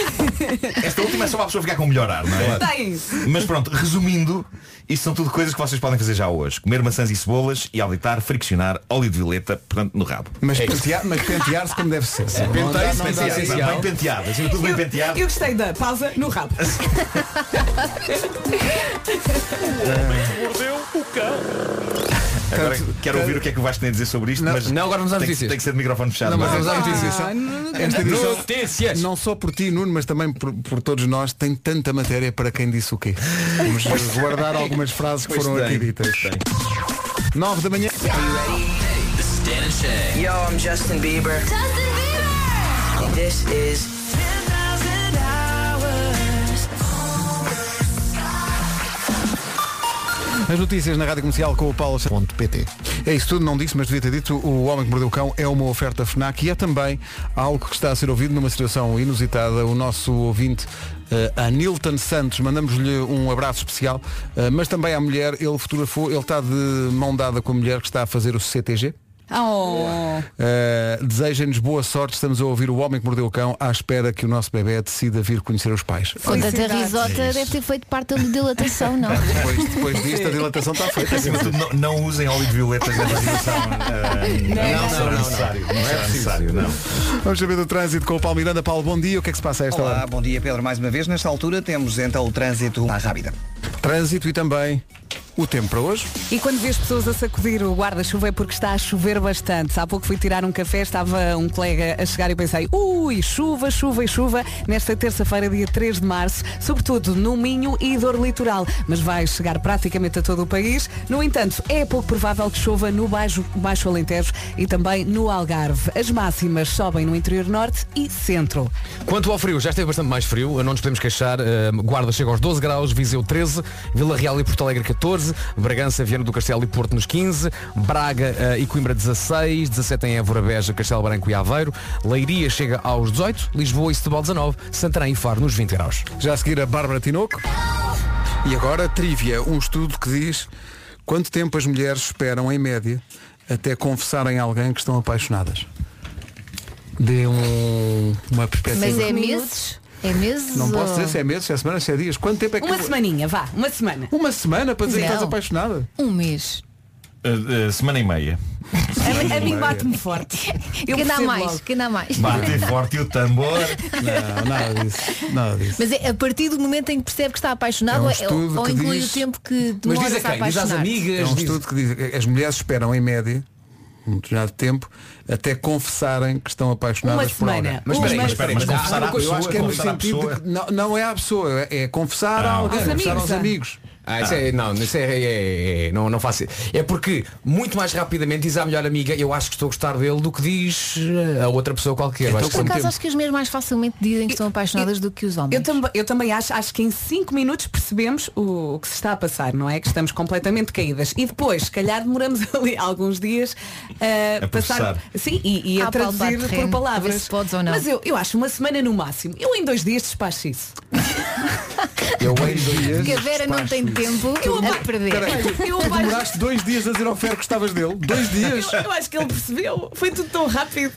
Speaker 15: Esta última é só para a pessoa ficar com melhor ar, não é?
Speaker 4: Tem.
Speaker 15: Mas pronto, resumindo, isto são tudo coisas que vocês podem fazer já hoje. Comer maçãs e cebolas e ao deitar, friccionar óleo de violeta, portanto, no rabo.
Speaker 2: Mas pentear- mas pentear-se como deve ser.
Speaker 15: É,
Speaker 2: Não
Speaker 15: penteio,
Speaker 2: dá- não dá-
Speaker 15: penteado,
Speaker 2: essencial.
Speaker 15: bem penteado, acima de tudo bem penteado.
Speaker 4: Eu gostei da pausa no rabo.
Speaker 16: Mordeu o cão.
Speaker 15: Agora quero ouvir o que é que o Vasco tem a dizer sobre isto, mas
Speaker 1: não, agora vamos às
Speaker 15: tem que-
Speaker 1: notícias.
Speaker 15: Tem que ser de microfone fechado. é?
Speaker 2: Ah, Não,
Speaker 15: Vasco.
Speaker 2: mas vamos às notícias. Esta edição,
Speaker 1: Notícias.
Speaker 2: não só por ti, Nuno, mas também por, por todos nós, tem tanta matéria para quem disse o quê. Vamos guardar algumas frases que
Speaker 15: Pois
Speaker 2: foram
Speaker 15: tem,
Speaker 2: aqui ditas.
Speaker 15: pois tem.
Speaker 2: 9 da manhã.
Speaker 17: Yo, I'm Justin Bieber. Justin Bieber! This is
Speaker 2: As notícias na Rádio Comercial com o Paulo Santos.pt. É isso tudo, não disse, mas devia ter dito, o Homem que Mordeu o Cão é uma oferta FNAC e é também algo que está a ser ouvido numa situação inusitada. O nosso ouvinte, eh, a Nilton Santos, mandamos-lhe um abraço especial, eh, mas também à mulher, ele fotografou, ele está de mão dada com a mulher que está a fazer o CTG.
Speaker 4: Oh.
Speaker 2: Eh, Desejem-nos boa sorte, estamos a ouvir o Homem que Mordeu o Cão à espera que o nosso bebê decida vir conhecer os pais.
Speaker 5: Com tanta
Speaker 15: É
Speaker 5: risota deve ter feito parte da dilatação,
Speaker 15: *laughs*
Speaker 5: não?
Speaker 2: Depois, depois disto a dilatação está feita.
Speaker 15: Acima de tudo, não, não usem óleo de violetas na diluição.
Speaker 2: *laughs* não,
Speaker 15: não,
Speaker 2: não,
Speaker 15: é
Speaker 2: não.
Speaker 15: necessário. Não é necessário, não.
Speaker 2: Vamos saber do trânsito com o Paulo Miranda. Paulo, bom dia. O que é que se passa a esta hora?
Speaker 3: Olá, bom dia Pedro mais uma vez. Nesta altura temos então o trânsito lá rápida.
Speaker 2: Trânsito e também O tempo para hoje.
Speaker 4: E quando vês pessoas a sacudir o guarda-chuva é porque está a chover bastante. Há pouco fui tirar um café, estava um colega a chegar e eu pensei, ui, chuva, chuva e chuva, nesta terça-feira, dia 3 de março, sobretudo no Minho e Dor Litoral. Mas vai chegar praticamente a todo o país. No entanto, é pouco provável que chova no Baixo, baixo Alentejo e também no Algarve. As máximas sobem no interior norte e centro.
Speaker 1: Quanto ao frio, já esteve bastante mais frio, não nos podemos queixar. Eh, Guarda chega aos 12 graus, Viseu 13, Vila Real e Porto Alegre 14, Bragança, Viana do Castelo e Porto nos 15, Braga eh, e Coimbra 16, 17 em Évora, Beja, Castelo Branco e Aveiro, Leiria chega aos 18, Lisboa e Setúbal 19, Santarém e Faro nos 20 graus.
Speaker 2: Já a seguir a Bárbara Tinoco. E agora, trivia, um estudo que diz quanto tempo as mulheres esperam, em média, até confessarem a alguém que estão apaixonadas. Dê um, uma perspectiva.
Speaker 5: Mas é meses? É meses?
Speaker 2: Não posso
Speaker 5: ou-
Speaker 2: dizer se é meses, se é semanas, se é dias. Quanto tempo é que.
Speaker 4: Uma semaninha, vá, uma semana.
Speaker 2: Uma semana para dizer que
Speaker 4: Não.
Speaker 2: estás apaixonada?
Speaker 5: Um mês.
Speaker 15: Uh, uh, semana e meia.
Speaker 4: A, a mim bate-me forte. Eu
Speaker 5: que dá
Speaker 4: percebo
Speaker 5: mais,
Speaker 4: logo.
Speaker 5: que dá mais.
Speaker 15: Bate forte o tambor.
Speaker 2: Ah, Não, nada disso. Nada disso.
Speaker 5: Mas é a partir do momento em que percebe que está
Speaker 2: É um
Speaker 5: apaixonado é-
Speaker 2: estudo
Speaker 5: ou,
Speaker 2: que
Speaker 5: inclui
Speaker 2: diz-
Speaker 5: o tempo que demora a apaixonar.
Speaker 2: É um estudo que diz que as mulheres esperam, em média, um determinado tempo, até confessarem que estão apaixonadas
Speaker 4: Uma
Speaker 2: por alguém.
Speaker 4: semana. Mas espera aí, mas espera aí, mas
Speaker 2: há
Speaker 4: confessar
Speaker 2: uma
Speaker 4: à
Speaker 2: coisa-
Speaker 4: pessoa,
Speaker 2: Eu acho que é no
Speaker 4: confessar à
Speaker 2: sentido de que não, não é à pessoa, é- é confessar a alguém,
Speaker 1: Aos
Speaker 2: confessar aos amigos.
Speaker 1: Ah, isso é, não, isso é, é- é- não, não faço. É porque muito mais rapidamente diz à melhor amiga, eu acho que estou a gostar dele do que diz eh, a outra pessoa qualquer. Eu acho que
Speaker 5: Por acaso
Speaker 1: sempre-
Speaker 5: acho que as mulheres mais facilmente dizem que estão apaixonadas do que os homens.
Speaker 4: Eu, tamb- eu também acho, acho que em 5 minutos percebemos o, o que se está a passar, não é? Que estamos completamente caídas. E depois, se calhar, demoramos *laughs* ali alguns dias a,
Speaker 5: A
Speaker 4: passar.
Speaker 5: processar.
Speaker 4: Sim, e, e a
Speaker 5: A palpar
Speaker 4: traduzir
Speaker 5: terreno,
Speaker 4: por
Speaker 5: a ver
Speaker 4: palavras.
Speaker 5: se podes ou não.
Speaker 4: Mas eu, eu acho uma semana no máximo. Eu em dois dias despacho isso.
Speaker 2: Eu em dois
Speaker 5: Porque a
Speaker 2: dias.
Speaker 5: Vera não tem tempo a perder.
Speaker 2: Peraí, tu,
Speaker 4: Eu
Speaker 2: tu
Speaker 4: acho-
Speaker 2: demoraste dois dias a dizer ao Ferro que gostavas dele. Dois dias.
Speaker 4: Eu, eu acho que ele percebeu. Foi tudo tão rápido.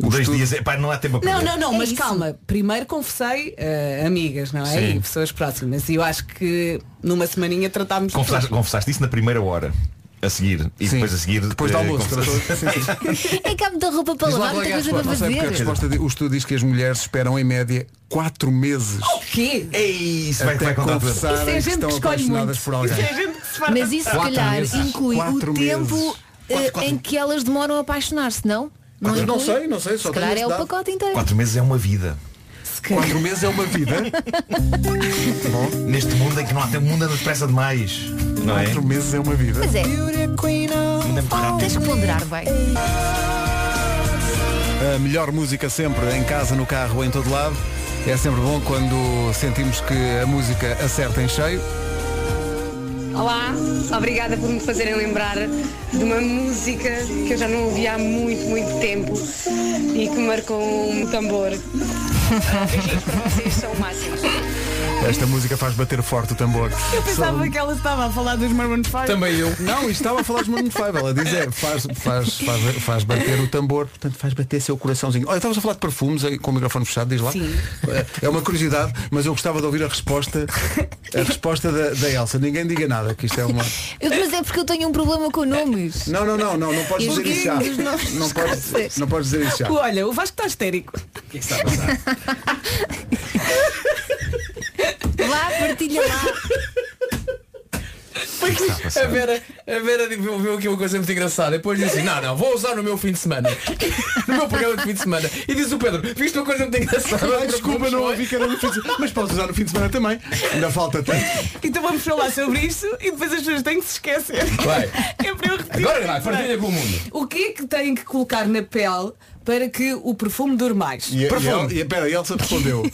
Speaker 15: Dois dias. Epá, não há tempo a
Speaker 4: Não,
Speaker 15: perder.
Speaker 4: não, não,
Speaker 5: É
Speaker 4: mas
Speaker 5: isso.
Speaker 4: calma. Primeiro confessei eh, amigas, não é?
Speaker 15: Sim.
Speaker 4: E pessoas próximas. E eu acho que numa semaninha tratámos de
Speaker 15: Confessaste,
Speaker 4: tudo.
Speaker 15: confessaste isso na primeira hora. A seguir. E depois a seguir.
Speaker 2: Depois do
Speaker 15: eh,
Speaker 2: almoço,
Speaker 15: confessaste-
Speaker 5: É que há muita roupa para
Speaker 2: Diz lá
Speaker 5: lavar,
Speaker 2: qual é
Speaker 5: muita
Speaker 2: a
Speaker 5: coisa
Speaker 2: resposta.
Speaker 5: para
Speaker 2: Não sei porque a
Speaker 5: fazer.
Speaker 2: resposta de- o estudo diz que as mulheres esperam em média 4 meses.
Speaker 4: O quê?
Speaker 15: É isso
Speaker 2: até
Speaker 15: vai contar tudo.
Speaker 2: confessarem
Speaker 15: Isso é gente
Speaker 2: que estão
Speaker 15: que escolhe
Speaker 2: apaixonadas
Speaker 15: muito.
Speaker 2: por alguém.
Speaker 15: Isso
Speaker 4: é gente que se
Speaker 15: faz-
Speaker 5: Mas isso se
Speaker 2: Quatro
Speaker 5: calhar
Speaker 2: meses.
Speaker 5: inclui
Speaker 2: Quatro
Speaker 5: o tempo
Speaker 2: meses.
Speaker 5: eh, em que elas demoram a apaixonar-se, não?
Speaker 2: Mas não
Speaker 5: inclui?
Speaker 2: sei, não sei, só
Speaker 5: Se
Speaker 2: tenho
Speaker 5: calhar
Speaker 2: este
Speaker 5: é o
Speaker 2: dado.
Speaker 5: pacote inteiro.
Speaker 15: Quatro meses é uma vida.
Speaker 2: Quatro meses é uma vida.
Speaker 15: Neste mundo em que não há tempo, o mundo anda depressa demais. Não é?
Speaker 2: Quatro meses é uma vida.
Speaker 5: Mas é. Tens que ponderar bem.
Speaker 2: A melhor música sempre, em casa, no carro, em todo lado. É sempre bom quando sentimos que a música acerta em cheio.
Speaker 18: Olá, obrigada por me fazerem lembrar de uma música que eu já não ouvia há muito, muito tempo e que marcou um tambor. Beijinhos para vocês, são máximos.
Speaker 2: Esta música faz bater forte o tambor.
Speaker 4: Eu pensava que ela estava a falar dos Maroon 5.
Speaker 1: Também eu.
Speaker 2: Não, isto estava a falar de Maroon 5. Ela diz é, faz, faz, faz, faz bater o tambor, portanto faz bater seu coraçãozinho. Olha, estavas a falar de perfumes aí, com o microfone fechado, diz lá.
Speaker 4: Sim.
Speaker 2: É uma curiosidade, mas eu gostava de ouvir a resposta, a resposta da, da Elsa. Ninguém diga nada, que isto é uma.
Speaker 5: Eu- Mas é porque eu tenho um problema com nomes.
Speaker 2: Não, não, não, não, não podes
Speaker 5: Eu
Speaker 2: dizer isso já.
Speaker 5: digo os
Speaker 2: Não podes, não podes dizer isso já.
Speaker 4: Olha, o Vasco está histérico.
Speaker 5: Vá, partilha lá.
Speaker 1: A Vera, a Vera viu aqui uma coisa muito engraçada. Depois disse assim, não, não, vou usar no meu fim de semana. *laughs* No meu programa de fim de semana. E diz o Pedro, viste uma coisa muito engraçada.
Speaker 2: Ai, desculpa, não ouvi que era no fim de semana. Mas podes usar no fim de semana também. Ainda falta tanto. é-
Speaker 4: Então vamos falar sobre isto e depois as pessoas têm que se esquecer.
Speaker 2: Vai.
Speaker 4: *laughs* É para eu repetir.
Speaker 1: Agora vai, partilha com o mundo.
Speaker 4: O que é que têm que colocar na pele para que o perfume dure mais?
Speaker 2: E, é e, e, pera, a Elsa respondeu.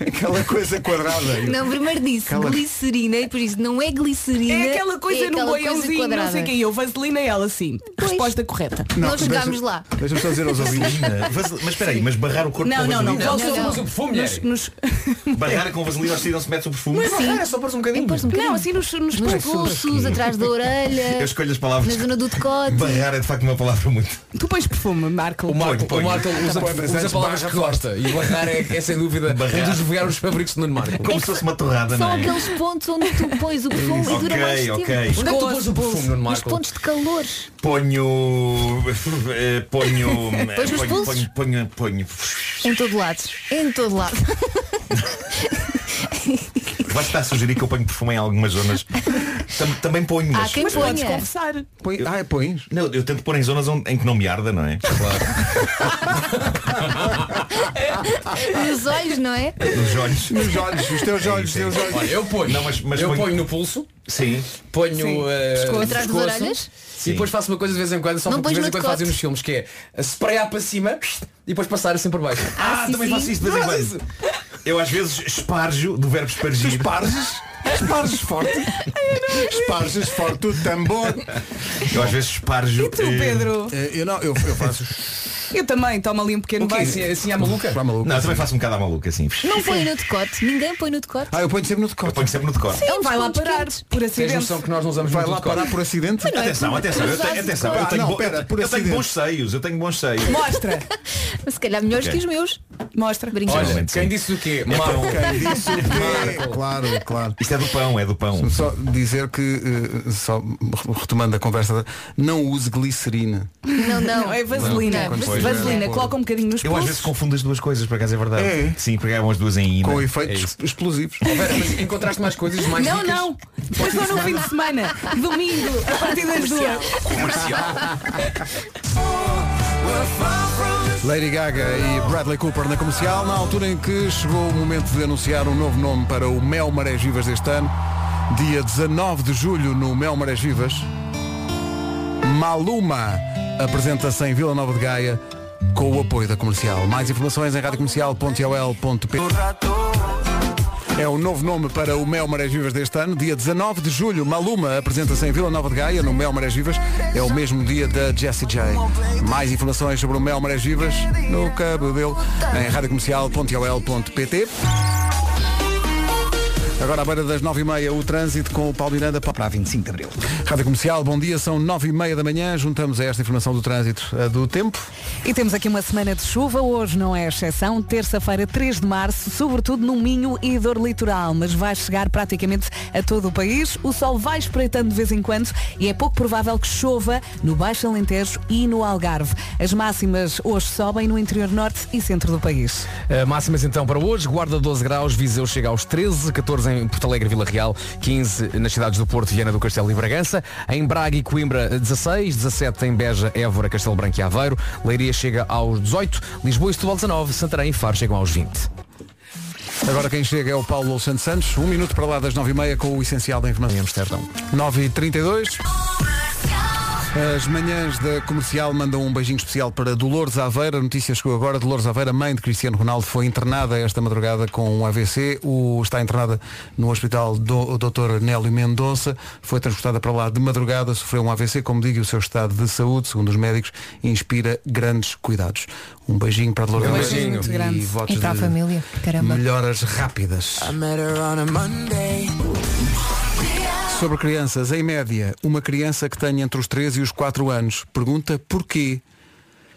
Speaker 2: Aquela coisa quadrada.
Speaker 5: Não, primeiro disse
Speaker 2: Aquela-
Speaker 5: glicerina e por isso não é glicerina.
Speaker 4: É aquela coisa
Speaker 5: é
Speaker 4: no
Speaker 5: aquela coisa
Speaker 4: boiãozinho, não
Speaker 5: quadrada.
Speaker 4: sei quem. Eu vaselina ela sim. Resposta correta.
Speaker 5: Não, Nós jogámos deixa- lá.
Speaker 2: Deixa-me só dizer aos ouvintes.
Speaker 15: Vaselina. Mas espera aí, mas barrar o corpo
Speaker 4: Não,
Speaker 15: com
Speaker 4: não, não.
Speaker 1: é
Speaker 15: vaselina.
Speaker 4: Qual foi- nos- nos-
Speaker 15: Barrar com vaselina, assim não se mete o perfume. é
Speaker 5: Sim. Pôs-te um
Speaker 4: Não, assim nos, nos
Speaker 5: Nos
Speaker 4: pescoços.
Speaker 5: pulsos, atrás da orelha.
Speaker 15: Eu escolho as palavras.
Speaker 5: Na zona do decote.
Speaker 15: *laughs* Barrar é de facto uma palavra muito.
Speaker 4: Tu pões perfume, Marco.
Speaker 1: O Marco, o Marco
Speaker 15: Põe,
Speaker 1: usa,
Speaker 15: põe, mas
Speaker 1: usa
Speaker 15: antes
Speaker 1: palavras
Speaker 15: barra
Speaker 1: que gosta. E barrar é, é sem dúvida um dos versos favoritos do Nuno Marco.
Speaker 15: Como se fosse uma torrada,
Speaker 5: São
Speaker 15: não é?
Speaker 5: aqueles pontos onde tu pões o perfume e dura
Speaker 15: Ok,
Speaker 5: mais tempo.
Speaker 15: ok. Onde é que tu pões o perfume, Nuno
Speaker 5: Nos
Speaker 15: Marco?
Speaker 5: pontos de calor.
Speaker 15: Ponho. *laughs* eh, Ponho.
Speaker 5: Pões nos
Speaker 15: Ponho.
Speaker 5: pulsos?
Speaker 15: Ponho. Ponho. ponho-
Speaker 5: Em todo lado. Em todo lado.
Speaker 15: Vais estar a sugerir que eu ponho perfume em algumas zonas Tam- também ponho, mas.
Speaker 5: Há Ah, quem
Speaker 4: é?
Speaker 5: ponha.
Speaker 2: Põe, ah, pões?
Speaker 15: Não, eu tento pôr em zonas onde- em que não me arda, não é? Claro.
Speaker 5: Nos olhos, não é?
Speaker 15: Nos olhos.
Speaker 2: Nos olhos, os teus olhos, os teus olhos.
Speaker 19: Olha, eu ponho.
Speaker 15: Não, mas- mas
Speaker 19: eu
Speaker 15: ponho-
Speaker 19: ponho... no pulso.
Speaker 15: Sim.
Speaker 19: Ponho
Speaker 15: Sim.
Speaker 19: eh,
Speaker 5: Pescoço.
Speaker 19: no
Speaker 5: Atrás das
Speaker 19: pescoço.
Speaker 5: orelhas?
Speaker 19: E depois faço uma coisa de vez em quando, só
Speaker 5: Não
Speaker 19: porque
Speaker 5: pões
Speaker 19: de vez
Speaker 5: no
Speaker 19: em quando
Speaker 5: decote?
Speaker 19: fazem nos filmes, que é sprayar para cima e depois passar assim por baixo.
Speaker 15: Ah, também faço isso de vez em quando. Eu às vezes esparjo do verbo espargir.
Speaker 2: Esparges? Esparges forte. Esparges forte o tambor.
Speaker 15: Eu às vezes eh, esparjo.
Speaker 4: tu, Pedro?
Speaker 2: É, Eu não, eu, eu faço.
Speaker 4: Eu também, toma ali um pequeno
Speaker 15: Ok.
Speaker 4: beijo.
Speaker 2: Para a maluca.
Speaker 15: Não, eu também faço um bocado à maluca, assim.
Speaker 5: Não põe no decote. Ninguém põe no decote. É um
Speaker 2: Ah, eu ponho sempre no decote. Eu
Speaker 15: ponho sempre no decote.
Speaker 4: Ele vai lá parar por assim
Speaker 1: um
Speaker 19: Tens
Speaker 4: acidente.
Speaker 19: noção É que nós não usamos
Speaker 2: Vai
Speaker 19: muito
Speaker 2: lá
Speaker 19: decote?
Speaker 2: parar por acidente?
Speaker 4: Mas não é
Speaker 15: Atenção,
Speaker 4: por-
Speaker 15: atenção, eu tenho, atenho, eu
Speaker 2: Ah,
Speaker 15: tenho,
Speaker 2: não,
Speaker 15: bo-
Speaker 2: pera, por
Speaker 15: eu tenho
Speaker 2: acidente.
Speaker 15: bons seios, eu tenho bons seios.
Speaker 4: Mostra.
Speaker 5: Se calhar melhores
Speaker 15: Ok.
Speaker 5: que os meus.
Speaker 4: Mostra.
Speaker 5: Brincadeira.
Speaker 19: Olha, quem disse o
Speaker 1: *laughs*
Speaker 19: quê?
Speaker 15: É
Speaker 19: Mal.
Speaker 15: pão.
Speaker 2: Quem disse o quê? Claro, claro.
Speaker 15: Isto é do pão, é do pão.
Speaker 2: Só dizer que, eh, só retomando a conversa, não use glicerina.
Speaker 5: Não, não.
Speaker 4: Não, é vaselina.
Speaker 15: Não, não,
Speaker 4: Vaselina. vaselina, coloca um bocadinho nos
Speaker 15: Eu às
Speaker 4: pulsos.
Speaker 15: vezes confundo as duas coisas, por acaso é verdade.
Speaker 2: É.
Speaker 15: Sim, pegavam as duas em ina.
Speaker 2: Com
Speaker 15: É
Speaker 2: efeitos
Speaker 15: isso.
Speaker 2: explosivos.
Speaker 19: Vera, mas encontraste mais coisas mais
Speaker 4: Não,
Speaker 19: ricas?
Speaker 4: não. Depois vou no fim de semana. Domingo, a partir das duas.
Speaker 2: Lady Gaga e Bradley Cooper na comercial, na altura em que chegou o momento de anunciar um novo nome para o Mel Marés Vivas deste ano, dia 19 de julho no Mel Marés Vivas, Maluma apresenta-se em Vila Nova de Gaia com o apoio da comercial. Mais informações em radiocomercial.ol.pt é o novo nome para o Mel Marés Vivas deste ano. Dia 19 de julho, Maluma apresenta-se em Vila Nova de Gaia, no Mel Marés Vivas. É o mesmo dia da Jessie J. Mais informações sobre o Mel Marés Vivas no cabedelo em radiocomercial.ol.pt Agora à beira das 9h30, o trânsito com o Paulo Miranda para
Speaker 3: Para a 25 de Abril.
Speaker 2: Rádio Comercial, bom dia, são 9h30 da manhã, juntamos a esta informação do trânsito a do tempo.
Speaker 4: E temos aqui uma semana de chuva, hoje não é exceção, terça-feira 3 de março, sobretudo no Minho e Dor Litoral, mas vai chegar praticamente a todo o país, o sol vai espreitando de vez em quando e é pouco provável que chova no Baixo Alentejo e no Algarve. As máximas hoje sobem no interior norte e centro do país.
Speaker 1: Uh, Máximas então para hoje, Guarda 12 graus, Viseu chega aos 13, 14 em Porto Alegre, Vila Real, 15 nas cidades do Porto, Viana do Castelo e Bragança, em Braga e Coimbra 16, 17 em Beja, Évora, Castelo Branco e Aveiro, Leiria chega aos 18, Lisboa e Setúbal 19, Santarém e Faro chegam aos 20.
Speaker 2: Agora quem chega é o Paulo Santos Santos, um minuto para lá das 9h30 com o essencial da informação. Em Amsterdão. 9h32. As manhãs da comercial mandam um beijinho especial para Dolores Aveira. A notícia chegou agora. Dolores Aveira, mãe de Cristiano Ronaldo, foi internada esta madrugada com um AVC. O, está internada no hospital do o Dr. Nélio Mendonça. Foi transportada para lá de madrugada, sofreu um AVC. Como digo, e o seu estado de saúde, segundo os médicos, inspira grandes cuidados. Um beijinho para Dolores
Speaker 1: Um
Speaker 2: Aveira.
Speaker 1: beijinho.
Speaker 2: E
Speaker 4: Muito grande.
Speaker 2: votos
Speaker 5: E para a
Speaker 2: de
Speaker 5: família. Caramba.
Speaker 15: Hum.
Speaker 2: melhoras rápidas. Sobre crianças, em média, uma criança que tem entre os 3 e os 4 anos pergunta porquê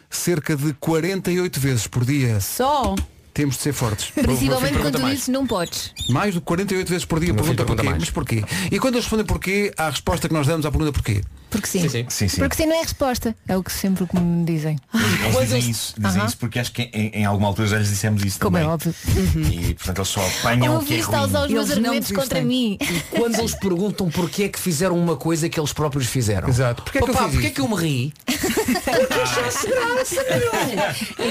Speaker 2: cerca de 48 vezes por dia.
Speaker 4: Só
Speaker 2: Temos de ser
Speaker 1: *laughs*
Speaker 2: fortes.
Speaker 5: Principalmente quando tu
Speaker 1: mais.
Speaker 5: dizes não podes.
Speaker 2: Mais de 48 vezes por dia
Speaker 1: Meu filho
Speaker 2: pergunta
Speaker 1: pergunta
Speaker 2: porquê.
Speaker 1: mais.
Speaker 2: Mas porquê? E quando eles respondem porquê, há a resposta que nós damos à pergunta porquê.
Speaker 5: Porque sim.
Speaker 15: Sim, sim.
Speaker 5: Porque sim não é resposta. É o que sempre que me *laughs* dizem.
Speaker 15: Eles dizem isso, dizem
Speaker 5: Aham.
Speaker 15: isso porque acho que em, em alguma altura já lhes dissemos isso
Speaker 5: Como é
Speaker 15: também.
Speaker 5: óbvio.
Speaker 15: E portanto eles só apanham o que é
Speaker 5: Ouviste aos,
Speaker 15: ruim.
Speaker 5: aos meus
Speaker 4: Eles não
Speaker 5: argumentos
Speaker 4: desistem.
Speaker 5: contra mim.
Speaker 19: Quando eles perguntam porquê é que fizeram uma coisa que eles próprios fizeram.
Speaker 2: Exato. Porquê é que eu
Speaker 19: Papá,
Speaker 2: fiz
Speaker 19: porquê é
Speaker 2: isto?
Speaker 19: que eu me ri?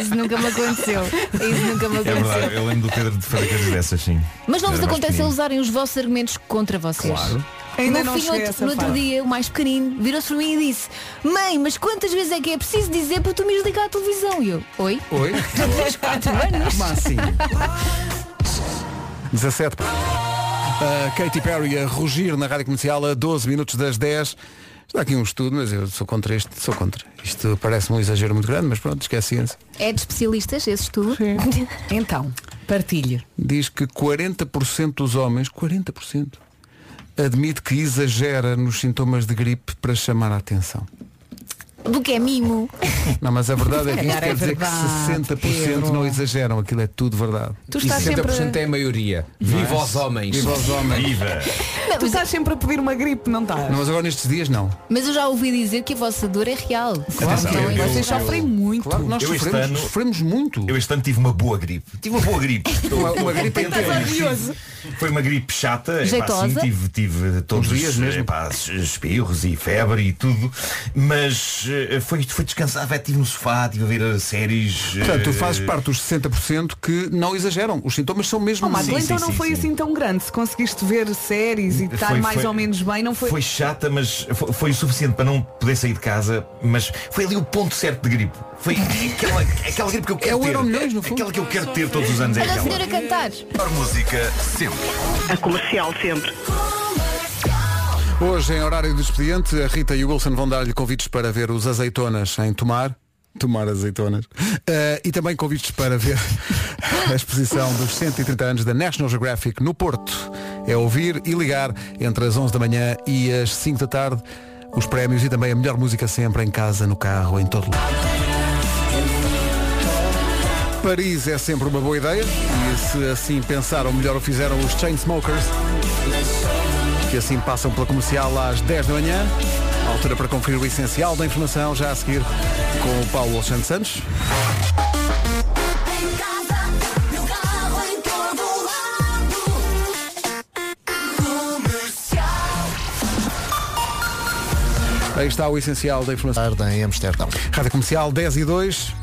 Speaker 5: Isso nunca me aconteceu. Isso nunca me
Speaker 15: É
Speaker 5: aconteceu.
Speaker 15: verdade, eu lembro do Pedro de fazer coisas dessas, sim.
Speaker 5: Mas
Speaker 15: Quando era
Speaker 5: não vos
Speaker 15: mais
Speaker 5: acontece
Speaker 15: pequenino.
Speaker 5: eles usarem os vossos argumentos contra vocês.
Speaker 15: Claro.
Speaker 4: Ainda
Speaker 5: o meu
Speaker 4: não
Speaker 5: filho
Speaker 4: cheguei a
Speaker 5: outro-
Speaker 4: essa
Speaker 5: no outro
Speaker 4: fase.
Speaker 5: dia, o mais pequenino, virou-se para mim e disse Mãe, mas quantas vezes é que é preciso dizer para tu me ires ligar a televisão? E eu, oi?
Speaker 2: Oi?
Speaker 5: Tu tens 4 anos?
Speaker 2: Como assim? 17. A Katy Perry a rugir na rádio comercial a 12 minutos das 10. Está aqui um estudo, mas eu sou contra este, sou contra. Isto parece-me um exagero muito grande, mas pronto, esquece a ciência.
Speaker 5: É de especialistas esse estudo?
Speaker 4: *laughs* Então, partilhe.
Speaker 2: diz que 40% dos homens, 40%, admite que exagera nos sintomas de gripe para chamar a atenção.
Speaker 5: Do que é mimo.
Speaker 2: Não, mas a verdade é que isto
Speaker 5: Cara, é
Speaker 2: quer dizer
Speaker 5: verdade,
Speaker 2: que 60% não exageram, aquilo é tudo verdade.
Speaker 4: Tu estás
Speaker 2: e 60%
Speaker 4: sempre-
Speaker 2: é a maioria.
Speaker 1: Viva os homens.
Speaker 2: Viva os homens.
Speaker 1: Viva.
Speaker 4: tu estás sempre a pedir uma gripe, não estás?
Speaker 2: Não, mas agora nestes dias não.
Speaker 15: é-
Speaker 5: Mas eu já ouvi dizer que a vossa dor é real.
Speaker 2: Atenção,
Speaker 5: Então,
Speaker 2: eu-
Speaker 5: vocês
Speaker 2: eu-
Speaker 5: sofrem muito.
Speaker 2: Claro que nós
Speaker 15: Eu este
Speaker 2: sofremos,
Speaker 15: ano-
Speaker 2: sofremos muito.
Speaker 15: Eu este ano tive uma boa gripe. Tive uma boa
Speaker 4: *laughs*
Speaker 15: gripe. Estou-
Speaker 2: Uma-
Speaker 15: estou
Speaker 2: uma gripe
Speaker 15: contente.
Speaker 2: intensa.
Speaker 15: Tive-
Speaker 2: Maravilhoso.
Speaker 15: Foi uma gripe chata. Epá,
Speaker 2: Jeitosa.
Speaker 15: sim, tive, tive todos
Speaker 2: Uns dias
Speaker 15: os
Speaker 2: mesmo.
Speaker 15: epá, espirros e febre e tudo. Mas eh, foi, foi descansar. Estive no sofá, estive a ver eh, séries.
Speaker 2: Portanto, tu
Speaker 15: eh,
Speaker 2: fazes parte dos 60% que não exageram. Os sintomas são mesmo
Speaker 4: Oh, Marco,
Speaker 2: Sim,
Speaker 4: então
Speaker 2: sim,
Speaker 4: não
Speaker 2: sim,
Speaker 4: foi
Speaker 2: sim.
Speaker 4: assim tão grande. Se conseguiste ver séries e estar
Speaker 15: Foi-
Speaker 4: Tá mais
Speaker 15: foi-
Speaker 4: ou menos bem, não foi.
Speaker 15: Foi chata, mas fo- foi o suficiente para não poder sair de casa, mas foi ali o ponto certo de gripe. Foi aquela, aquela gripe que eu quero
Speaker 4: É
Speaker 15: ter. Aquela que eu quero ter todos os anos é
Speaker 5: Olha a
Speaker 15: aquela.
Speaker 5: senhora cantar.
Speaker 15: Melhor música sempre.
Speaker 16: A comercial sempre.
Speaker 2: Hoje, em horário do expediente, a Rita e o Wilson vão dar-lhe convites para ver os azeitonas em Tomar. Tomar azeitonas. Eh, e também convites para ver a exposição dos 130 anos da National Geographic no Porto. É ouvir e ligar entre as 11 da manhã e as 5 da tarde os prémios e também a melhor música sempre em casa, no carro, em todo lado. Paris é sempre uma boa ideia e se assim pensaram, melhor o fizeram os Chainsmokers que assim passam pela comercial às 10 da manhã. Altura para conferir o essencial da informação já a seguir com o Paulo Alexandre Santos. Aí está o essencial da informação. Em Amsterdão. Rádio Comercial 10 e 2.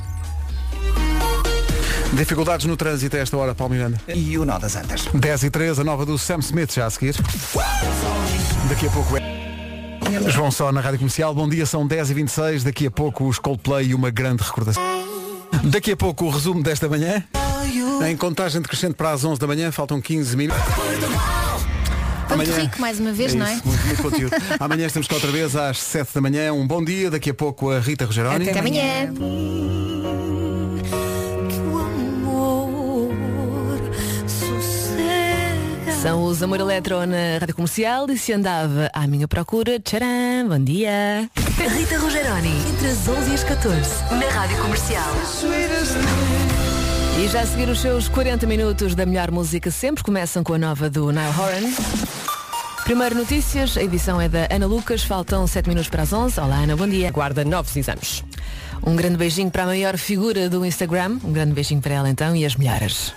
Speaker 2: Dificuldades no trânsito a esta hora, Paulo Miranda.
Speaker 3: E o Nó das Antas.
Speaker 2: 10 e 3, a nova do Sam Smith já a seguir. Daqui a pouco é. João Só na Rádio Comercial, bom dia, são 10h26, daqui a pouco os Coldplay e uma grande recordação. Daqui a pouco o resumo desta manhã. Em contagem decrescente para as 11 da manhã, faltam 15 minutos.
Speaker 5: Foi muito rico mais uma vez,
Speaker 2: É
Speaker 5: não é?
Speaker 2: isso, muito, muito conteúdo. Amanhã estamos cá outra vez às 7 da manhã. Um bom dia, daqui a pouco a Rita Rogeroni.
Speaker 5: Até amanhã.
Speaker 20: São os Amor Eletro na Rádio Comercial e se andava à minha procura, tcharam, bom dia.
Speaker 17: Rita Rogeroni, entre as 11 e as 14, na Rádio Comercial.
Speaker 20: E já a seguir os seus 40 minutos da melhor música sempre começam com a nova do Nile Horan. Primeiro notícias, a edição é da Ana Lucas, faltam 7 minutos para as 11. Olá Ana, bom dia. Guarda novos exames. Um grande beijinho para a maior figura do Instagram, um grande beijinho para ela então e as melhoras.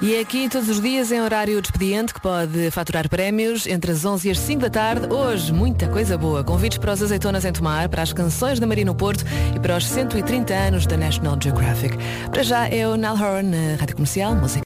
Speaker 20: E é aqui todos os dias em horário de expediente que pode faturar prémios entre as 11 e as 5 da tarde. Hoje, muita coisa boa. Convites para os Azeitonas em Tomar, para as canções da Marina Porto e para os 130 anos da National Geographic. Para já é o Nal Horan na Rádio Comercial, música.